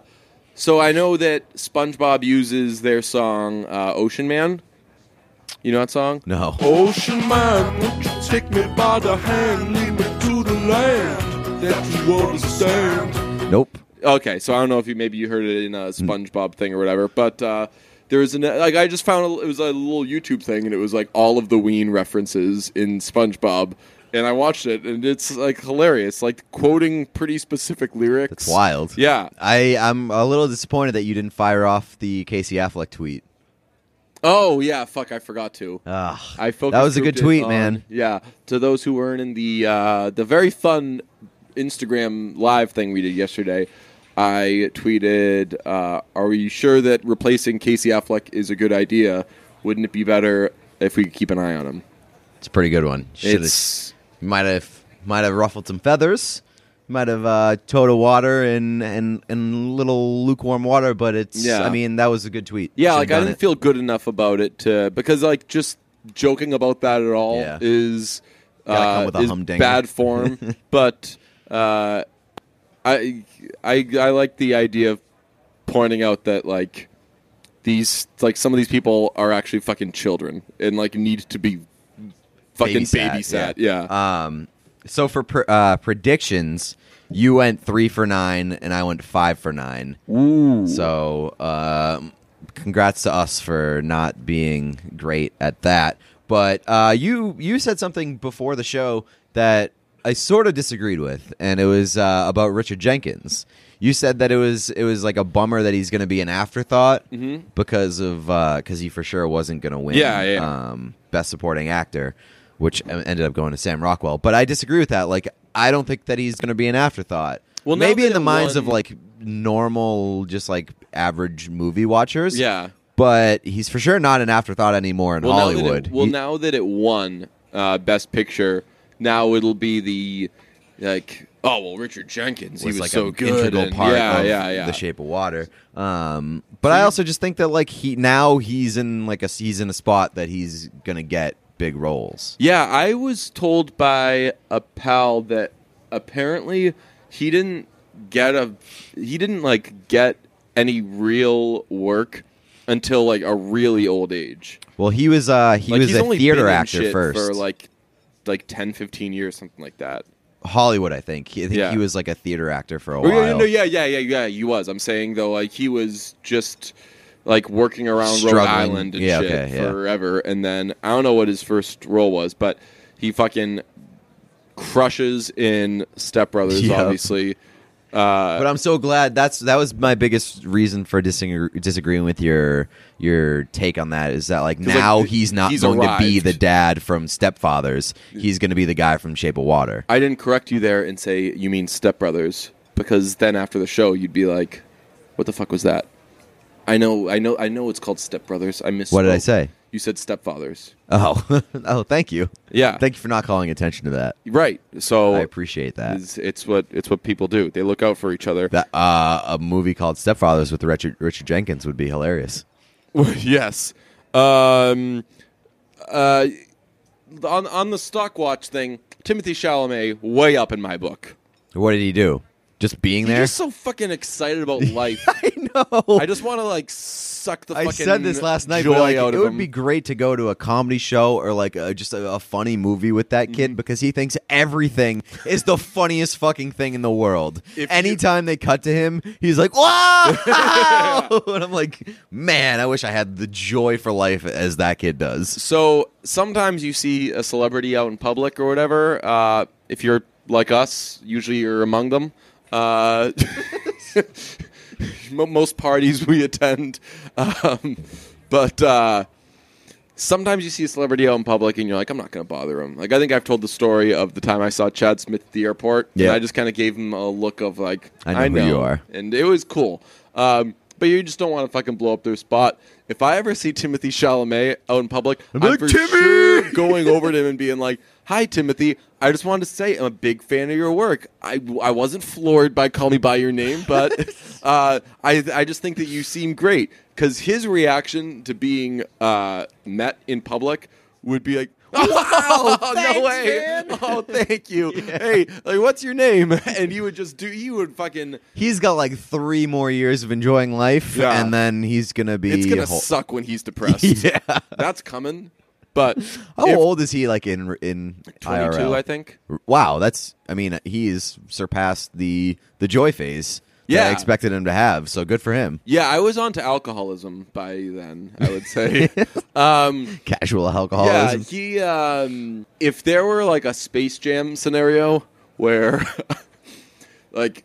Speaker 1: so I know that SpongeBob uses their song uh, "Ocean Man." You know that song?
Speaker 2: No.
Speaker 1: Ocean man, won't you take me by the hand, lead me to the land that you understand.
Speaker 2: Nope.
Speaker 1: Okay, so I don't know if you maybe you heard it in a
Speaker 2: Mm.
Speaker 1: SpongeBob thing or whatever, but uh, there was an like I just found a, it was a little YouTube thing, and it was like all of the Ween references in SpongeBob, and I watched it, and it's like hilarious, like quoting pretty specific lyrics.
Speaker 2: That's wild.
Speaker 1: Yeah.
Speaker 2: I I'm a little disappointed that you didn't fire off the Casey Affleck tweet.
Speaker 1: Oh yeah, fuck, I forgot to.
Speaker 2: Ugh.
Speaker 1: I focus
Speaker 2: That was a good
Speaker 1: grouped it
Speaker 2: tweet,
Speaker 1: on-
Speaker 2: man.
Speaker 1: Yeah, to those who weren't in the uh, the very fun Instagram live thing we did yesterday, I tweeted, uh, "Are you sure that replacing Casey Affleck is a good idea? Wouldn't it be better if we could keep an eye on him?"
Speaker 2: It's a pretty good one. Should've-
Speaker 1: It's
Speaker 2: might have might have ruffled some feathers. Might have uh, towed a water and and and little lukewarm water, but it's.
Speaker 1: Yeah.
Speaker 2: I mean, that was a good tweet.
Speaker 1: yeah,
Speaker 2: Should've
Speaker 1: like I
Speaker 2: done
Speaker 1: didn't
Speaker 2: it.
Speaker 1: feel good enough about it to because like just joking about that at all
Speaker 2: Yeah.
Speaker 1: is
Speaker 2: Gotta come
Speaker 1: uh,
Speaker 2: with a
Speaker 1: is
Speaker 2: humdinger.
Speaker 1: bad form, but. Uh, I, I I like the idea of pointing out that like these like some of these people are actually fucking children and like need to be fucking babysat. Yeah.
Speaker 2: Um. So for pr- uh, predictions, you went three for nine, and I went five for nine.
Speaker 1: Ooh.
Speaker 2: So, um, congrats to us for not being great at that. But uh, you you said something before the show that I sort of disagreed with, and it was uh, about Richard Jenkins. You said that it was it was like a bummer that he's going to be an afterthought because of because he for sure wasn't going to win
Speaker 1: Mm-hmm. Yeah, yeah, yeah.
Speaker 2: Um, best supporting actor, which e, ended up going to Sam Rockwell. But I disagree with that. Like I don't think that he's going to be an afterthought.
Speaker 1: Well,
Speaker 2: Well,
Speaker 1: now
Speaker 2: maybe
Speaker 1: that
Speaker 2: in the
Speaker 1: it
Speaker 2: minds
Speaker 1: won-
Speaker 2: of like normal, just like average movie watchers.
Speaker 1: Yeah.
Speaker 2: But he's for sure not an afterthought anymore in
Speaker 1: now that it-
Speaker 2: Hollywood.
Speaker 1: well,
Speaker 2: He-
Speaker 1: now that it won uh, Best Picture, now it'll be the like oh well Richard Jenkins he was
Speaker 2: like
Speaker 1: so
Speaker 2: an
Speaker 1: good
Speaker 2: integral
Speaker 1: and-
Speaker 2: part
Speaker 1: yeah
Speaker 2: of
Speaker 1: yeah yeah
Speaker 2: The Shape of Water. Um, but I also just think that like he now he's in like a he's in a spot that he's gonna get big roles.
Speaker 1: Yeah, I was told by a pal that apparently he didn't get a he didn't like get any real work until like a really old age.
Speaker 2: Well, he was uh he
Speaker 1: Like
Speaker 2: was a theater
Speaker 1: been in
Speaker 2: actor
Speaker 1: shit
Speaker 2: first,
Speaker 1: for like like 10 15 years something like that.
Speaker 2: Hollywood, I think. He- I think
Speaker 1: Yeah.
Speaker 2: he was like a theater actor for a
Speaker 1: Oh,
Speaker 2: while.
Speaker 1: yeah, no, yeah, yeah, yeah, yeah, he was. I'm saying though like he was just like working around Rhode
Speaker 2: Struggling.
Speaker 1: Island and
Speaker 2: Yeah,
Speaker 1: shit
Speaker 2: okay, yeah.
Speaker 1: forever. And then I don't know what his first role was, but he fucking crushes in Step Brothers,
Speaker 2: Yep.
Speaker 1: obviously. Uh,
Speaker 2: But I'm so glad that's that was my biggest reason for disagre- disagreeing with your your take on that is that like
Speaker 1: 'Cause, like,
Speaker 2: now
Speaker 1: th-
Speaker 2: he's not
Speaker 1: he's
Speaker 2: going to be
Speaker 1: arrived.
Speaker 2: the dad from Stepfathers. He's going to be the guy from Shape of Water.
Speaker 1: I didn't correct you there and say you mean Step Brothers because then after the show you'd be like, "What the fuck was that?" I know, I know, I know. It's called Step Brothers. I missed.
Speaker 2: What did I say?
Speaker 1: You said stepfathers.
Speaker 2: Oh, oh, thank you.
Speaker 1: Yeah,
Speaker 2: Thank you for not calling attention to that.
Speaker 1: right. So
Speaker 2: I appreciate that.
Speaker 1: It's, it's what it's what people do. They look out for each other.
Speaker 2: That uh, a movie called Stepfathers with Richard Richard Jenkins would be hilarious.
Speaker 1: yes. Um, uh, on on the stock watch thing, Timothy Chalamet way up in my book.
Speaker 2: What did he do? Just being
Speaker 1: He's
Speaker 2: there.
Speaker 1: just so fucking excited about life.
Speaker 2: I know.
Speaker 1: I just want to like suck the.
Speaker 2: I
Speaker 1: fucking
Speaker 2: said this last night.
Speaker 1: Joy
Speaker 2: But like,
Speaker 1: out
Speaker 2: it
Speaker 1: of
Speaker 2: would
Speaker 1: him.
Speaker 2: be great to go to a comedy show or like a, just a, a funny movie with that
Speaker 1: Mm-hmm.
Speaker 2: kid because he thinks everything is the funniest fucking thing in the world.
Speaker 1: If you-
Speaker 2: Anytime they cut to him, he's like, "Wow!" and I'm like, "Man, I wish I had the joy for life as that kid does."
Speaker 1: So sometimes you see a celebrity out in public or whatever. Uh, if you're like us, usually you're among them. Uh, mo- most parties we attend, um, but uh, sometimes you see a celebrity out in public and you're like, I'm not going to bother him. Like I think I've told the story of the time I saw Chad Smith at the airport. and
Speaker 2: Yeah.
Speaker 1: I just kind of gave him a look of like,
Speaker 2: I know who you are.
Speaker 1: and it was cool. Um, but you just don't want to fucking blow up their spot. If I ever see Timothy Chalamet out in public, I'm,
Speaker 2: be like,
Speaker 1: for
Speaker 2: "Timmy!"
Speaker 1: sure going over to him and being like, "Hi, Timothy. I just wanted to say I'm a big fan of your work. I, I wasn't floored by Call Me by Your Name, but uh, I I just think that you seem great." Because his reaction to being uh, met in public would be like. Wow! no
Speaker 2: thanks,
Speaker 1: way!
Speaker 2: man."
Speaker 1: Oh, thank you. Hey, like, what's your name? And you would just do. You would fucking.
Speaker 2: He's got like three more years of enjoying life,
Speaker 1: Yeah.
Speaker 2: and then he's gonna be.
Speaker 1: It's gonna
Speaker 2: whole-
Speaker 1: suck when he's depressed.
Speaker 2: yeah.
Speaker 1: That's coming. But
Speaker 2: How
Speaker 1: if-
Speaker 2: old is he? Like in in
Speaker 1: 22,
Speaker 2: IRL?
Speaker 1: I think.
Speaker 2: Wow, that's I mean, he's surpassed the the joy phase that
Speaker 1: Yeah.
Speaker 2: I expected him to have. So good for him.
Speaker 1: Yeah, I was on to alcoholism by then, I would say. um,
Speaker 2: Casual
Speaker 1: yeah,
Speaker 2: alcoholism.
Speaker 1: he. Um, if there were like a Space Jam scenario where like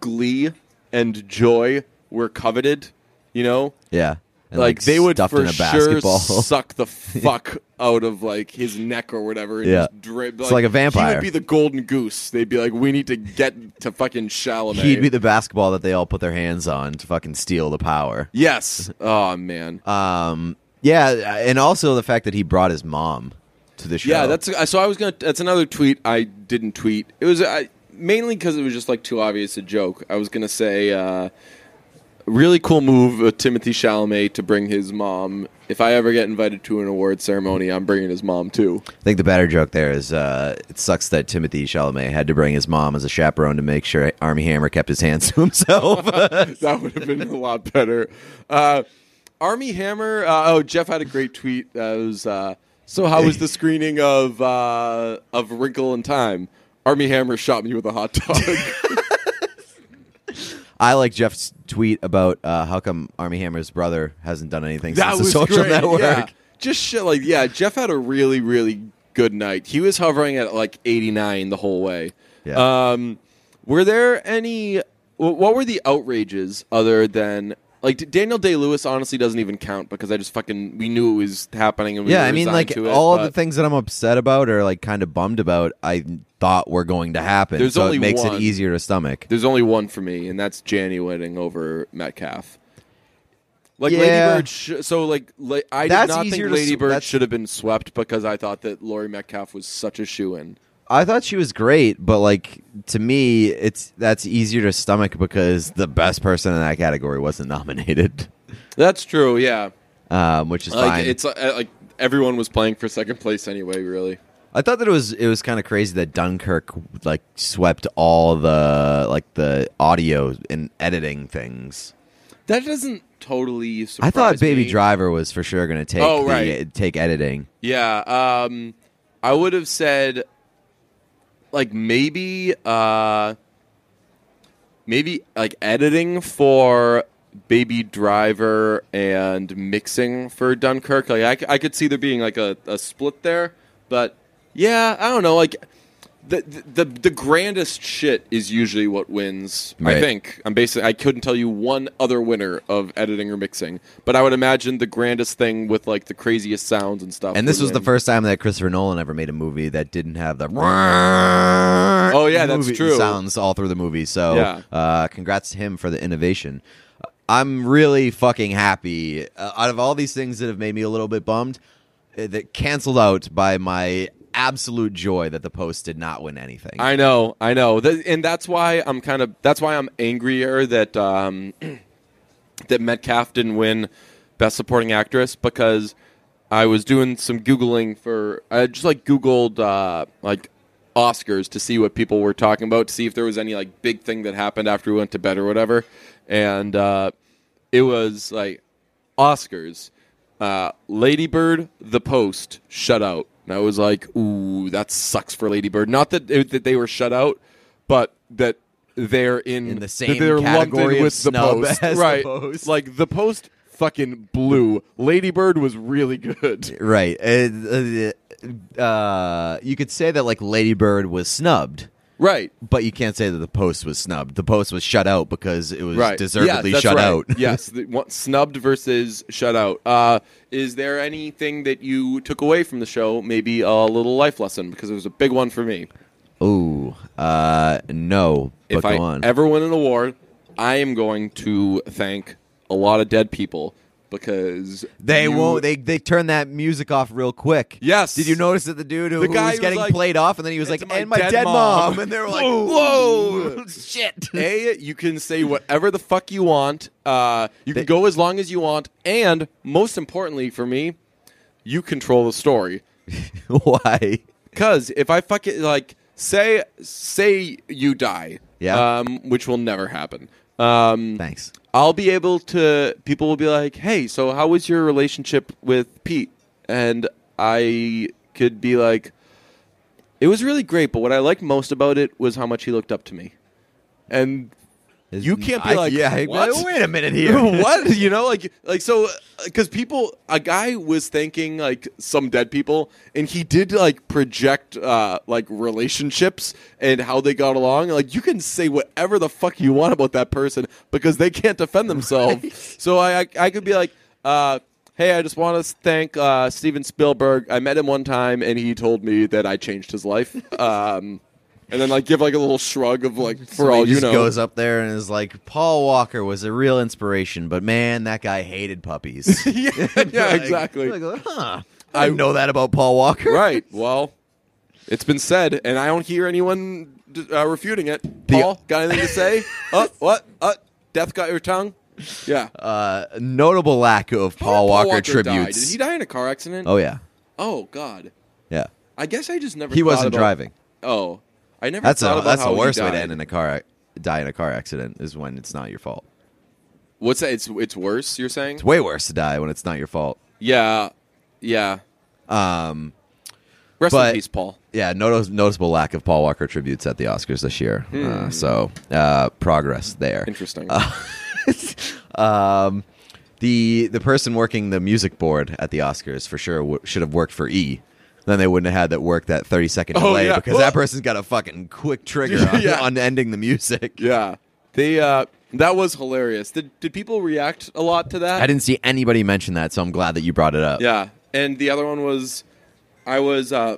Speaker 1: glee and joy were coveted, you know,
Speaker 2: Yeah. And,
Speaker 1: like, they would
Speaker 2: stuffed
Speaker 1: for
Speaker 2: in a basketball.
Speaker 1: sure suck the fuck out of like his neck or whatever. And
Speaker 2: Yeah.
Speaker 1: just drip,
Speaker 2: It's like a
Speaker 1: He
Speaker 2: vampire.
Speaker 1: would be the golden goose. They'd be like, we need to get to fucking Chalamet.
Speaker 2: He'd be the basketball that they all put their hands on to fucking steal the power.
Speaker 1: yes. Oh man.
Speaker 2: Um yeah, and also the fact that he brought his mom to the show.
Speaker 1: Yeah, that's uh, so. I was gonna. That's another tweet I didn't tweet. It was I, mainly because it was just like too obvious a joke. I was gonna say, uh, really cool move, of Timothy Chalamet to bring his mom. If I ever get invited to an award ceremony, I'm bringing his mom too.
Speaker 2: I think the better joke there is uh, it sucks that Timothy Chalamet had to bring his mom as a chaperone to make sure Army Hammer kept his hands to himself.
Speaker 1: that would have been a lot better. Uh, Army Hammer. Uh, oh, Jeff had a great tweet. Uh, it was, uh, so how was the screening of uh, of Wrinkle in Time? Army Hammer shot me with a hot dog.
Speaker 2: I like Jeff's tweet about uh, how come Army Hammer's brother hasn't done anything
Speaker 1: that
Speaker 2: since
Speaker 1: was
Speaker 2: the social
Speaker 1: great.
Speaker 2: network.
Speaker 1: Yeah. Just shit like yeah. Jeff had a really really good night. He was hovering at like eighty nine the whole way.
Speaker 2: Yeah.
Speaker 1: Um, were there any? wh- What were the outrages other than? Like D- Daniel Day Lewis honestly doesn't even count because I just fucking we knew it was happening and we
Speaker 2: Yeah,
Speaker 1: were
Speaker 2: I mean,
Speaker 1: resigned
Speaker 2: like
Speaker 1: to it,
Speaker 2: all
Speaker 1: but-
Speaker 2: the things that I'm upset about or like kind of bummed about, I thought were going to happen.
Speaker 1: There's
Speaker 2: so
Speaker 1: only
Speaker 2: it makes
Speaker 1: one.
Speaker 2: it easier to stomach.
Speaker 1: There's only one for me, and that's Janny winning over Metcalf. Like
Speaker 2: Yeah.
Speaker 1: Lady Bird, sh- so like la- I
Speaker 2: That's
Speaker 1: did not think
Speaker 2: easier to
Speaker 1: Lady
Speaker 2: s-
Speaker 1: Bird
Speaker 2: that's-
Speaker 1: should have been swept because I thought that Laurie Metcalf was such a shoe in.
Speaker 2: I thought she was great, but like to me, it's that's easier to stomach because the best person in that category wasn't nominated,
Speaker 1: That's true, yeah.
Speaker 2: um, which is
Speaker 1: Like
Speaker 2: fine.
Speaker 1: it's uh, like everyone was playing for second place anyway. Really,
Speaker 2: I thought that it was it was kind of crazy that Dunkirk like swept all the like the audio and editing things.
Speaker 1: that doesn't totally. Surprise
Speaker 2: I thought Baby
Speaker 1: me.
Speaker 2: Driver was for sure going to take
Speaker 1: Oh,
Speaker 2: the-
Speaker 1: right.
Speaker 2: take editing.
Speaker 1: Yeah, um, I would have said like maybe uh, maybe like editing for Baby Driver and mixing for Dunkirk. Like I, c- I could see there being like a, a split there, but yeah, I don't know. Like the the the grandest shit is usually what wins. I
Speaker 2: Right.
Speaker 1: think I'm basically I couldn't tell you one other winner of editing or mixing, but I would imagine the grandest thing with like the craziest sounds and stuff.
Speaker 2: And this
Speaker 1: would
Speaker 2: was the
Speaker 1: win.
Speaker 2: first time that Christopher Nolan ever made a movie that didn't have the oh
Speaker 1: yeah, that's true.
Speaker 2: sounds all through the movie. So
Speaker 1: Yeah.
Speaker 2: uh, congrats to him for the innovation. I'm really fucking happy. Uh, out of all these things that have made me a little bit bummed, uh, that canceled out by my absolute joy that the post did not win anything.
Speaker 1: I know, I know, Th- and that's why I'm kind of that's why I'm angrier that um, that Metcalf didn't win Best Supporting Actress because I was doing some googling for I just like googled uh, like Oscars to see what people were talking about to see if there was any like big thing that happened after we went to bed or whatever, and uh, it was like Oscars, uh, Lady Bird, The Post, shut out. And I was like, ooh, that sucks for Lady Bird. Not that it, that they were shut out, but that they're in,
Speaker 2: In the
Speaker 1: that
Speaker 2: same
Speaker 1: they're lumped in
Speaker 2: category of
Speaker 1: with The
Speaker 2: snub
Speaker 1: Post,
Speaker 2: as The
Speaker 1: right?
Speaker 2: Post.
Speaker 1: Like The Post fucking blew. Lady Bird was really good.
Speaker 2: right. Uh, uh, uh, you could say that like Lady Bird was snubbed.
Speaker 1: Right.
Speaker 2: But you can't say that the post was snubbed. The post was shut out because it was
Speaker 1: Right.
Speaker 2: deservedly
Speaker 1: Yeah, that's
Speaker 2: shut
Speaker 1: right.
Speaker 2: out.
Speaker 1: yes. The, one, snubbed versus shut out. Uh, is there anything that you took away from the show? Maybe a little life lesson because it was a big one for me.
Speaker 2: Ooh, uh, no. But
Speaker 1: if
Speaker 2: go
Speaker 1: I
Speaker 2: on.
Speaker 1: ever win an award, I am going to thank a lot of dead people because
Speaker 2: they
Speaker 1: you-
Speaker 2: won't. They they turn that music off real quick.
Speaker 1: Yes.
Speaker 2: Did you notice that the dude who,
Speaker 1: The
Speaker 2: who
Speaker 1: guy
Speaker 2: was
Speaker 1: who
Speaker 2: getting
Speaker 1: was like,
Speaker 2: played off, and then he was
Speaker 1: "And
Speaker 2: like,
Speaker 1: to my
Speaker 2: "And my
Speaker 1: dead
Speaker 2: dead,
Speaker 1: mom."
Speaker 2: mom. and they were like,
Speaker 1: Whoa.
Speaker 2: "Whoa, shit."
Speaker 1: A, you can say whatever the fuck you want. Uh, you can go as long as you want, and most importantly for me, you control the story.
Speaker 2: Why?
Speaker 1: Because if I fuck it, like say say you die,
Speaker 2: Yeah.
Speaker 1: um, which will never happen. Um,
Speaker 2: Thanks.
Speaker 1: I'll be able to. People will be like, "Hey, so how was your relationship with Pete?" And I could be like, "It was really great, but what I liked most about it was how much he looked up to me." And you can't be
Speaker 2: I-
Speaker 1: like,
Speaker 2: yeah. I-
Speaker 1: "What?"
Speaker 2: Wait a minute here.
Speaker 1: what you know like like so because people a guy was thanking like some dead people and he did like project uh like relationships and how they got along like you can say whatever the fuck you want about that person because they can't defend themselves so I, I i could be like uh Hey, I just want to thank uh, Steven Spielberg. I met him one time, and he told me that I changed his life. Um, and then, like, give like a little shrug of like, for
Speaker 2: Somebody
Speaker 1: all you
Speaker 2: just
Speaker 1: know,
Speaker 2: goes up there and is like, "Paul Walker was a real inspiration, but man, that guy hated puppies."
Speaker 1: yeah, yeah, exactly.
Speaker 2: Like, huh,
Speaker 1: I-
Speaker 2: I didn't know that about Paul Walker.
Speaker 1: right. Well, it's been said, and I don't hear anyone d- uh, refuting it. Paul, got anything to say? uh, what? Uh, death got your tongue? Yeah.
Speaker 2: Uh, notable lack of
Speaker 1: How
Speaker 2: Paul
Speaker 1: did
Speaker 2: Walker,
Speaker 1: died?
Speaker 2: tributes.
Speaker 1: Did he die in a car accident?
Speaker 2: Oh yeah,
Speaker 1: Oh, God.
Speaker 2: yeah.
Speaker 1: I guess I just never.
Speaker 2: He
Speaker 1: thought
Speaker 2: wasn't
Speaker 1: about-
Speaker 2: driving.
Speaker 1: Oh, I never.
Speaker 2: That's
Speaker 1: thought
Speaker 2: a
Speaker 1: about
Speaker 2: that's
Speaker 1: how
Speaker 2: the
Speaker 1: he
Speaker 2: worst way to
Speaker 1: died.
Speaker 2: end in a car ac- die in a car accident is when it's not your fault.
Speaker 1: What's that? It's it's worse. You're saying?
Speaker 2: It's way worse to die when it's not your fault.
Speaker 1: Yeah, yeah.
Speaker 2: Um,
Speaker 1: Rest in
Speaker 2: But-
Speaker 1: peace, Paul.
Speaker 2: yeah, notice, noticeable lack of Paul Walker tributes at the Oscars this year. Uh, so uh, progress there.
Speaker 1: Hmm. Interesting.
Speaker 2: Uh, um, the the person working the music board at the Oscars for sure w- should have worked for E. Then they wouldn't have had that work that thirty second
Speaker 1: Oh,
Speaker 2: delay
Speaker 1: yeah.
Speaker 2: because that person's got a fucking quick trigger on,
Speaker 1: Yeah.
Speaker 2: on ending the music.
Speaker 1: yeah, they. Uh, that was hilarious. Did did people react a lot to that?
Speaker 2: I didn't see anybody mention that, so I'm glad that you brought it up.
Speaker 1: Yeah, and the other one was, I was, uh,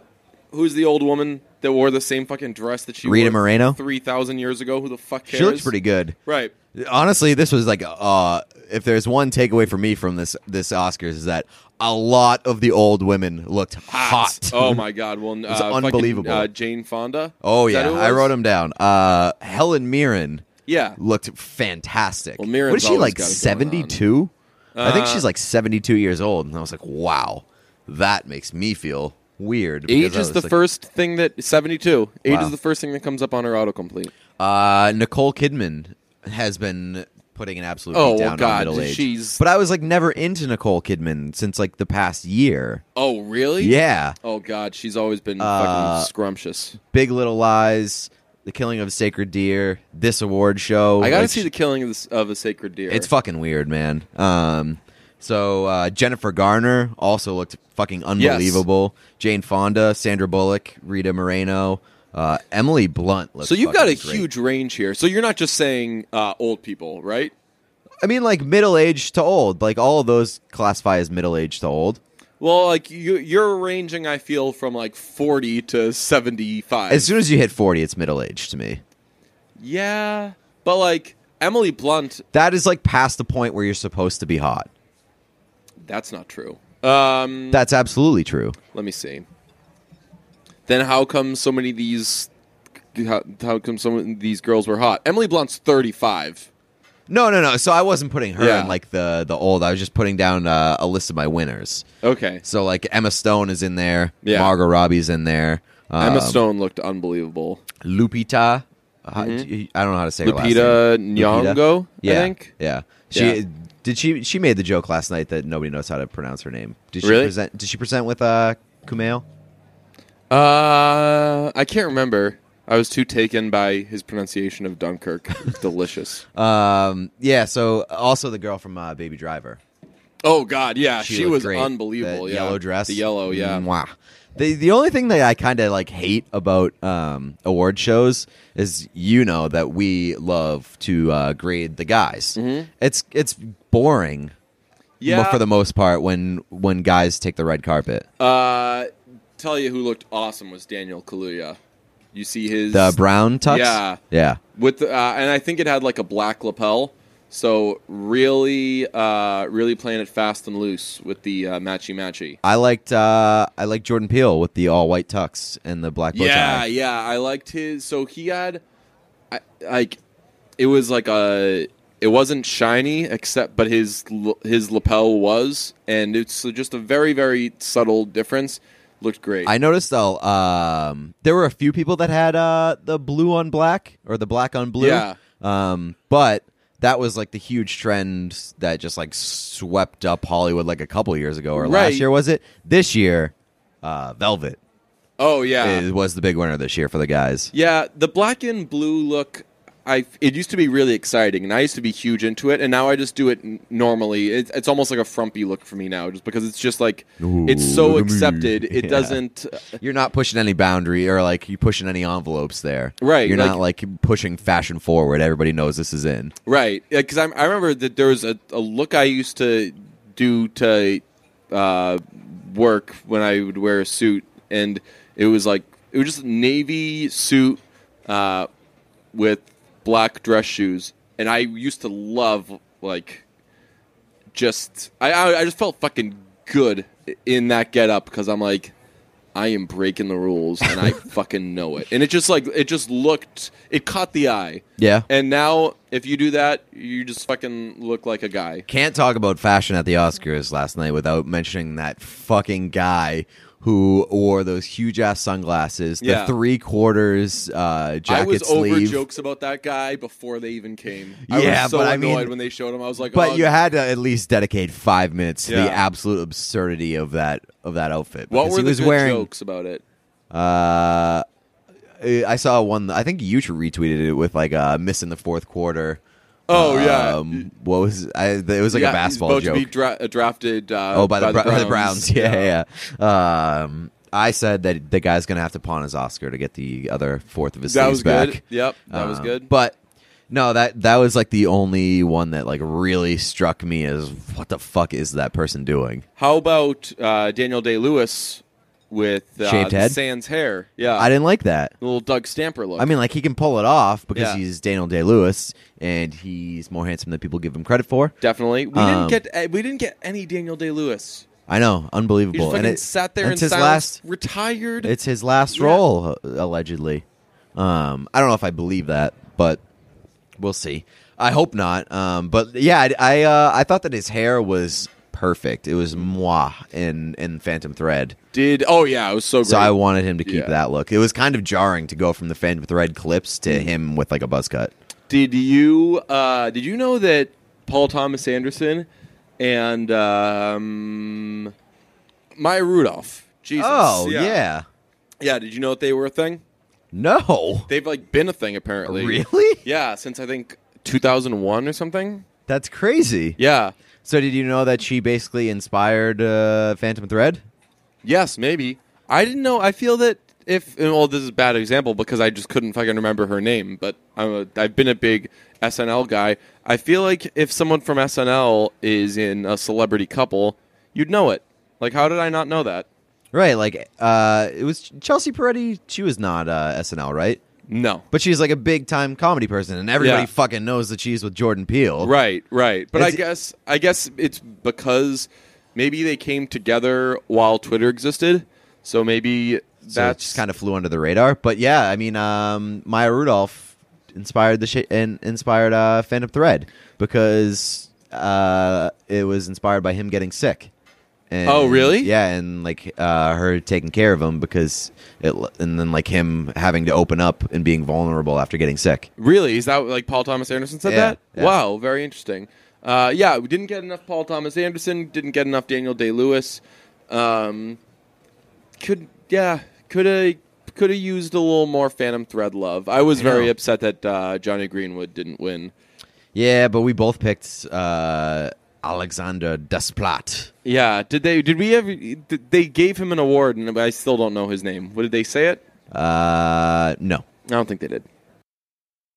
Speaker 1: who's the old woman that wore the same fucking dress that she
Speaker 2: Rita
Speaker 1: wore
Speaker 2: Moreno?
Speaker 1: three thousand years ago? Who the fuck cares?
Speaker 2: she looks pretty good.
Speaker 1: Right.
Speaker 2: Honestly, this was like, uh, if there's one takeaway for me from this this Oscars is that a lot of the old women looked hot.
Speaker 1: Oh my god. Well, uh, fucking,
Speaker 2: unbelievable.
Speaker 1: uh, Jane Fonda.
Speaker 2: Oh
Speaker 1: Is that
Speaker 2: yeah,
Speaker 1: who it
Speaker 2: I
Speaker 1: was?
Speaker 2: wrote them down. Uh, Helen Mirren
Speaker 1: Yeah.
Speaker 2: looked fantastic.
Speaker 1: Well, Mirren's
Speaker 2: what is she
Speaker 1: always
Speaker 2: like?
Speaker 1: got it going
Speaker 2: Seventy two? I think
Speaker 1: Uh,
Speaker 2: she's like seventy two years old, and I was like, wow, that makes me feel weird. because
Speaker 1: Age
Speaker 2: I
Speaker 1: is
Speaker 2: was
Speaker 1: the
Speaker 2: like-
Speaker 1: first thing that seventy-two. Age
Speaker 2: Wow.
Speaker 1: is the first thing that comes up on her autocomplete.
Speaker 2: Uh, Nicole Kidman has been putting an absolute
Speaker 1: Oh,
Speaker 2: beat
Speaker 1: well,
Speaker 2: down
Speaker 1: God,
Speaker 2: on middle age.
Speaker 1: she's-
Speaker 2: But I was like never into Nicole Kidman since like the past year.
Speaker 1: Oh really?
Speaker 2: Yeah,
Speaker 1: Oh god, she's always been
Speaker 2: Uh,
Speaker 1: fucking scrumptious.
Speaker 2: Big Little Lies, The Killing of a Sacred Deer, this award show.
Speaker 1: I gotta
Speaker 2: like,
Speaker 1: see the killing of, this, of a sacred deer.
Speaker 2: It's fucking weird, man. Um, so uh, Jennifer Garner also looked fucking unbelievable. Jane Fonda, Sandra Bullock, Rita Moreno, uh, Emily Blunt. Looks
Speaker 1: so you've got a
Speaker 2: fucking great.
Speaker 1: huge range here. So you're not just saying uh, old people, right?
Speaker 2: I mean, like middle age to old. Like all of those classify as middle age to old.
Speaker 1: Well, like you, you're ranging, I feel, from like 40 to 75.
Speaker 2: As soon as you hit forty, it's middle age to me.
Speaker 1: yeah, but like Emily Blunt,
Speaker 2: That is like past the point where you're supposed to be hot.
Speaker 1: that's not true. Um,
Speaker 2: That's absolutely true.
Speaker 1: let me see. Then how come so many of these? How, how come some of these girls were hot? Emily Blunt's 35.
Speaker 2: No, no, no. So I wasn't putting her
Speaker 1: Yeah.
Speaker 2: in like the the old. I was just putting down uh, a list of my winners.
Speaker 1: Okay,
Speaker 2: So like Emma Stone is in there.
Speaker 1: Yeah.
Speaker 2: Margot Robbie's in there. Um,
Speaker 1: Emma Stone looked unbelievable.
Speaker 2: Lupita. How- I don't know how to say her last
Speaker 1: Lupita
Speaker 2: name.
Speaker 1: Nyong'o, I
Speaker 2: Yeah,
Speaker 1: think?
Speaker 2: Yeah. She
Speaker 1: Yeah.
Speaker 2: did she she made the joke last night that nobody knows how to pronounce her name. Did she
Speaker 1: Really?
Speaker 2: present did she present with uh Kumail?
Speaker 1: Uh, I can't remember. I was too taken by his pronunciation of Dunkirk. It was delicious.
Speaker 2: Um yeah, so also the girl from uh, Baby Driver.
Speaker 1: Oh God, yeah, she,
Speaker 2: looked
Speaker 1: was
Speaker 2: great.
Speaker 1: unbelievable.
Speaker 2: The
Speaker 1: yeah.
Speaker 2: Yellow dress. Mm-hmm.
Speaker 1: the yellow, yeah.
Speaker 2: Mwah. The the only thing that I kind of like hate about um, award shows is you know that we love to uh, grade the guys. It's it's boring.
Speaker 1: Mm-hmm. Yeah.
Speaker 2: For the most part, when when guys take the red carpet,
Speaker 1: Uh, tell you who looked awesome was Daniel Kaluuya. You see his
Speaker 2: the brown tux.
Speaker 1: Yeah.
Speaker 2: Yeah.
Speaker 1: with the, uh, and I think it had like a black lapel. So really, uh, really playing it fast and loose with the uh, matchy matchy.
Speaker 2: I liked uh, I liked Jordan Peele with the all white tux and the black bow
Speaker 1: Yeah,
Speaker 2: tie.
Speaker 1: yeah, I liked his. So he had, I, like, it was like a. It wasn't shiny, except but his l- his lapel was, and it's just a very very subtle difference. Looked great.
Speaker 2: I noticed though, um, there were a few people that had uh, the blue on black or the black on blue.
Speaker 1: Yeah.
Speaker 2: Um, but that was like the huge trend that just like swept up Hollywood like a couple years ago or
Speaker 1: Right.
Speaker 2: last year was it? This year, uh, Velvet
Speaker 1: oh yeah,
Speaker 2: is, was the big winner this year for the guys.
Speaker 1: Yeah, the black and blue look. I it used to be really exciting, and I used to be huge into it, and now I just do it n- normally. It, it's almost like a frumpy look for me now, just because it's just like it's
Speaker 2: Ooh,
Speaker 1: so
Speaker 2: look at me.
Speaker 1: accepted. It
Speaker 2: Yeah.
Speaker 1: doesn't.
Speaker 2: You're not pushing any boundary or like you pushing any envelopes there.
Speaker 1: Right,
Speaker 2: You're not like pushing fashion forward. Everybody knows this is in.
Speaker 1: Right, because I I remember that there was a, a look I used to do to uh, work when I would wear a suit, and it was like it was just a navy suit uh, with black dress shoes, and I used to love like just I I, I just felt fucking good in that getup because I'm like. I am breaking the rules and I fucking know it. And it just like it just looked it caught the eye.
Speaker 2: Yeah.
Speaker 1: And now, if you do that, you just fucking look like a guy.
Speaker 2: Can't talk about fashion at the Oscars last night without mentioning that fucking guy who wore those huge ass sunglasses, the
Speaker 1: Yeah.
Speaker 2: three quarters uh, jacket
Speaker 1: I was
Speaker 2: sleeve.
Speaker 1: over jokes about that guy before they even came. I
Speaker 2: Yeah,
Speaker 1: was so
Speaker 2: but I
Speaker 1: annoyed
Speaker 2: mean-
Speaker 1: when they showed him. I was like,
Speaker 2: But
Speaker 1: oh,
Speaker 2: you had to at least dedicate five minutes to
Speaker 1: Yeah.
Speaker 2: the absolute absurdity of that of that outfit.
Speaker 1: what
Speaker 2: because
Speaker 1: were
Speaker 2: he
Speaker 1: the
Speaker 2: was
Speaker 1: good
Speaker 2: wearing?
Speaker 1: jokes about it?
Speaker 2: Uh, I saw one. I think you retweeted it with like uh, missing the fourth quarter.
Speaker 1: Oh, yeah.
Speaker 2: Um, what was I, it? Was like
Speaker 1: yeah,
Speaker 2: a basketball
Speaker 1: he's about
Speaker 2: joke.
Speaker 1: to be dra- uh, drafted. Uh,
Speaker 2: Oh, by the, Bra- by the
Speaker 1: Browns.
Speaker 2: Browns. Yeah, yeah. yeah. Um, I said that the guy's going to have to pawn his Oscar to get the other fourth of his
Speaker 1: that was
Speaker 2: sleeves
Speaker 1: good.
Speaker 2: back.
Speaker 1: Yep, that was
Speaker 2: Um,
Speaker 1: good.
Speaker 2: But no, that that was like the only one that like really struck me as what the fuck is that person doing?
Speaker 1: How about uh, Daniel Day Lewis with uh,
Speaker 2: Shaved
Speaker 1: the
Speaker 2: head?
Speaker 1: Sans hair? Yeah,
Speaker 2: I didn't like that.
Speaker 1: the little Doug Stamper look.
Speaker 2: I mean, like he can pull it off because
Speaker 1: Yeah.
Speaker 2: he's Daniel Day Lewis and he's more handsome than people give him credit for.
Speaker 1: definitely. We
Speaker 2: um,
Speaker 1: didn't get uh, we didn't get any Daniel Day Lewis.
Speaker 2: I know,
Speaker 1: He
Speaker 2: unbelievable.
Speaker 1: just fucking
Speaker 2: and it,
Speaker 1: sat there
Speaker 2: and
Speaker 1: in
Speaker 2: it's his
Speaker 1: silence,
Speaker 2: last
Speaker 1: retired.
Speaker 2: It's his last
Speaker 1: Yeah.
Speaker 2: role, a- allegedly. Um, I don't know if I believe that, but we'll see. I hope not. Um, but yeah, I I, uh, I thought that his hair was perfect. It was moi in in Phantom Thread,
Speaker 1: Did oh yeah, it was so great.
Speaker 2: so I wanted him to keep
Speaker 1: Yeah.
Speaker 2: that look. It was kind of jarring to go from the Phantom Thread clips
Speaker 1: Mm-hmm.
Speaker 2: to him with like a buzz cut.
Speaker 1: did you uh, did you know that Paul Thomas Anderson and um, Maya Rudolph? Jesus.
Speaker 2: Oh
Speaker 1: yeah,
Speaker 2: yeah.
Speaker 1: Yeah, Did you know that they were a thing?
Speaker 2: No.
Speaker 1: They've like been a thing apparently.
Speaker 2: Really?
Speaker 1: Yeah, since I think 2001 or something.
Speaker 2: That's crazy.
Speaker 1: Yeah.
Speaker 2: So did you know that she basically inspired uh, Phantom Thread?
Speaker 1: Yes, maybe. I didn't know. I feel that if and, well, this is a bad example because I just couldn't fucking remember her name. But I'm a, I've been a big SNL guy. I feel like if someone from SNL is in a celebrity couple, you'd know it. Like, how did I not know that?
Speaker 2: Right, like uh, it was Chelsea Peretti. She was not uh, SNL, right?
Speaker 1: No.
Speaker 2: But she's like a big time comedy person, and everybody
Speaker 1: Yeah.
Speaker 2: fucking knows that she's with Jordan Peele.
Speaker 1: Right, right. But
Speaker 2: Is
Speaker 1: I
Speaker 2: it-
Speaker 1: guess I guess it's because maybe they came together while Twitter existed. So maybe
Speaker 2: So it
Speaker 1: that's
Speaker 2: just kind of flew under the radar. But yeah, I mean, um, Maya Rudolph inspired the sh- and inspired uh, Phantom Thread because uh, it was inspired by him getting sick. And,
Speaker 1: Oh, really?
Speaker 2: Yeah, and like uh, her taking care of him because it, and then like him having to open up and being vulnerable after getting sick.
Speaker 1: Really? Is that like Paul Thomas Anderson said
Speaker 2: Yeah,
Speaker 1: that?
Speaker 2: yeah.
Speaker 1: Wow, very interesting. Uh, yeah, we didn't get enough Paul Thomas Anderson. Didn't get enough Daniel Day Lewis. Um, could yeah, could have could have used a little more Phantom Thread love. I was
Speaker 2: I
Speaker 1: very
Speaker 2: know.
Speaker 1: upset that uh, Johnny Greenwood didn't win.
Speaker 2: Yeah, but we both picked uh, Alexander Desplat.
Speaker 1: Yeah, did they? Did we ever? Did, they gave him an award, and I still don't know his name. What did they say it?
Speaker 2: Uh, no.
Speaker 1: I don't think they did.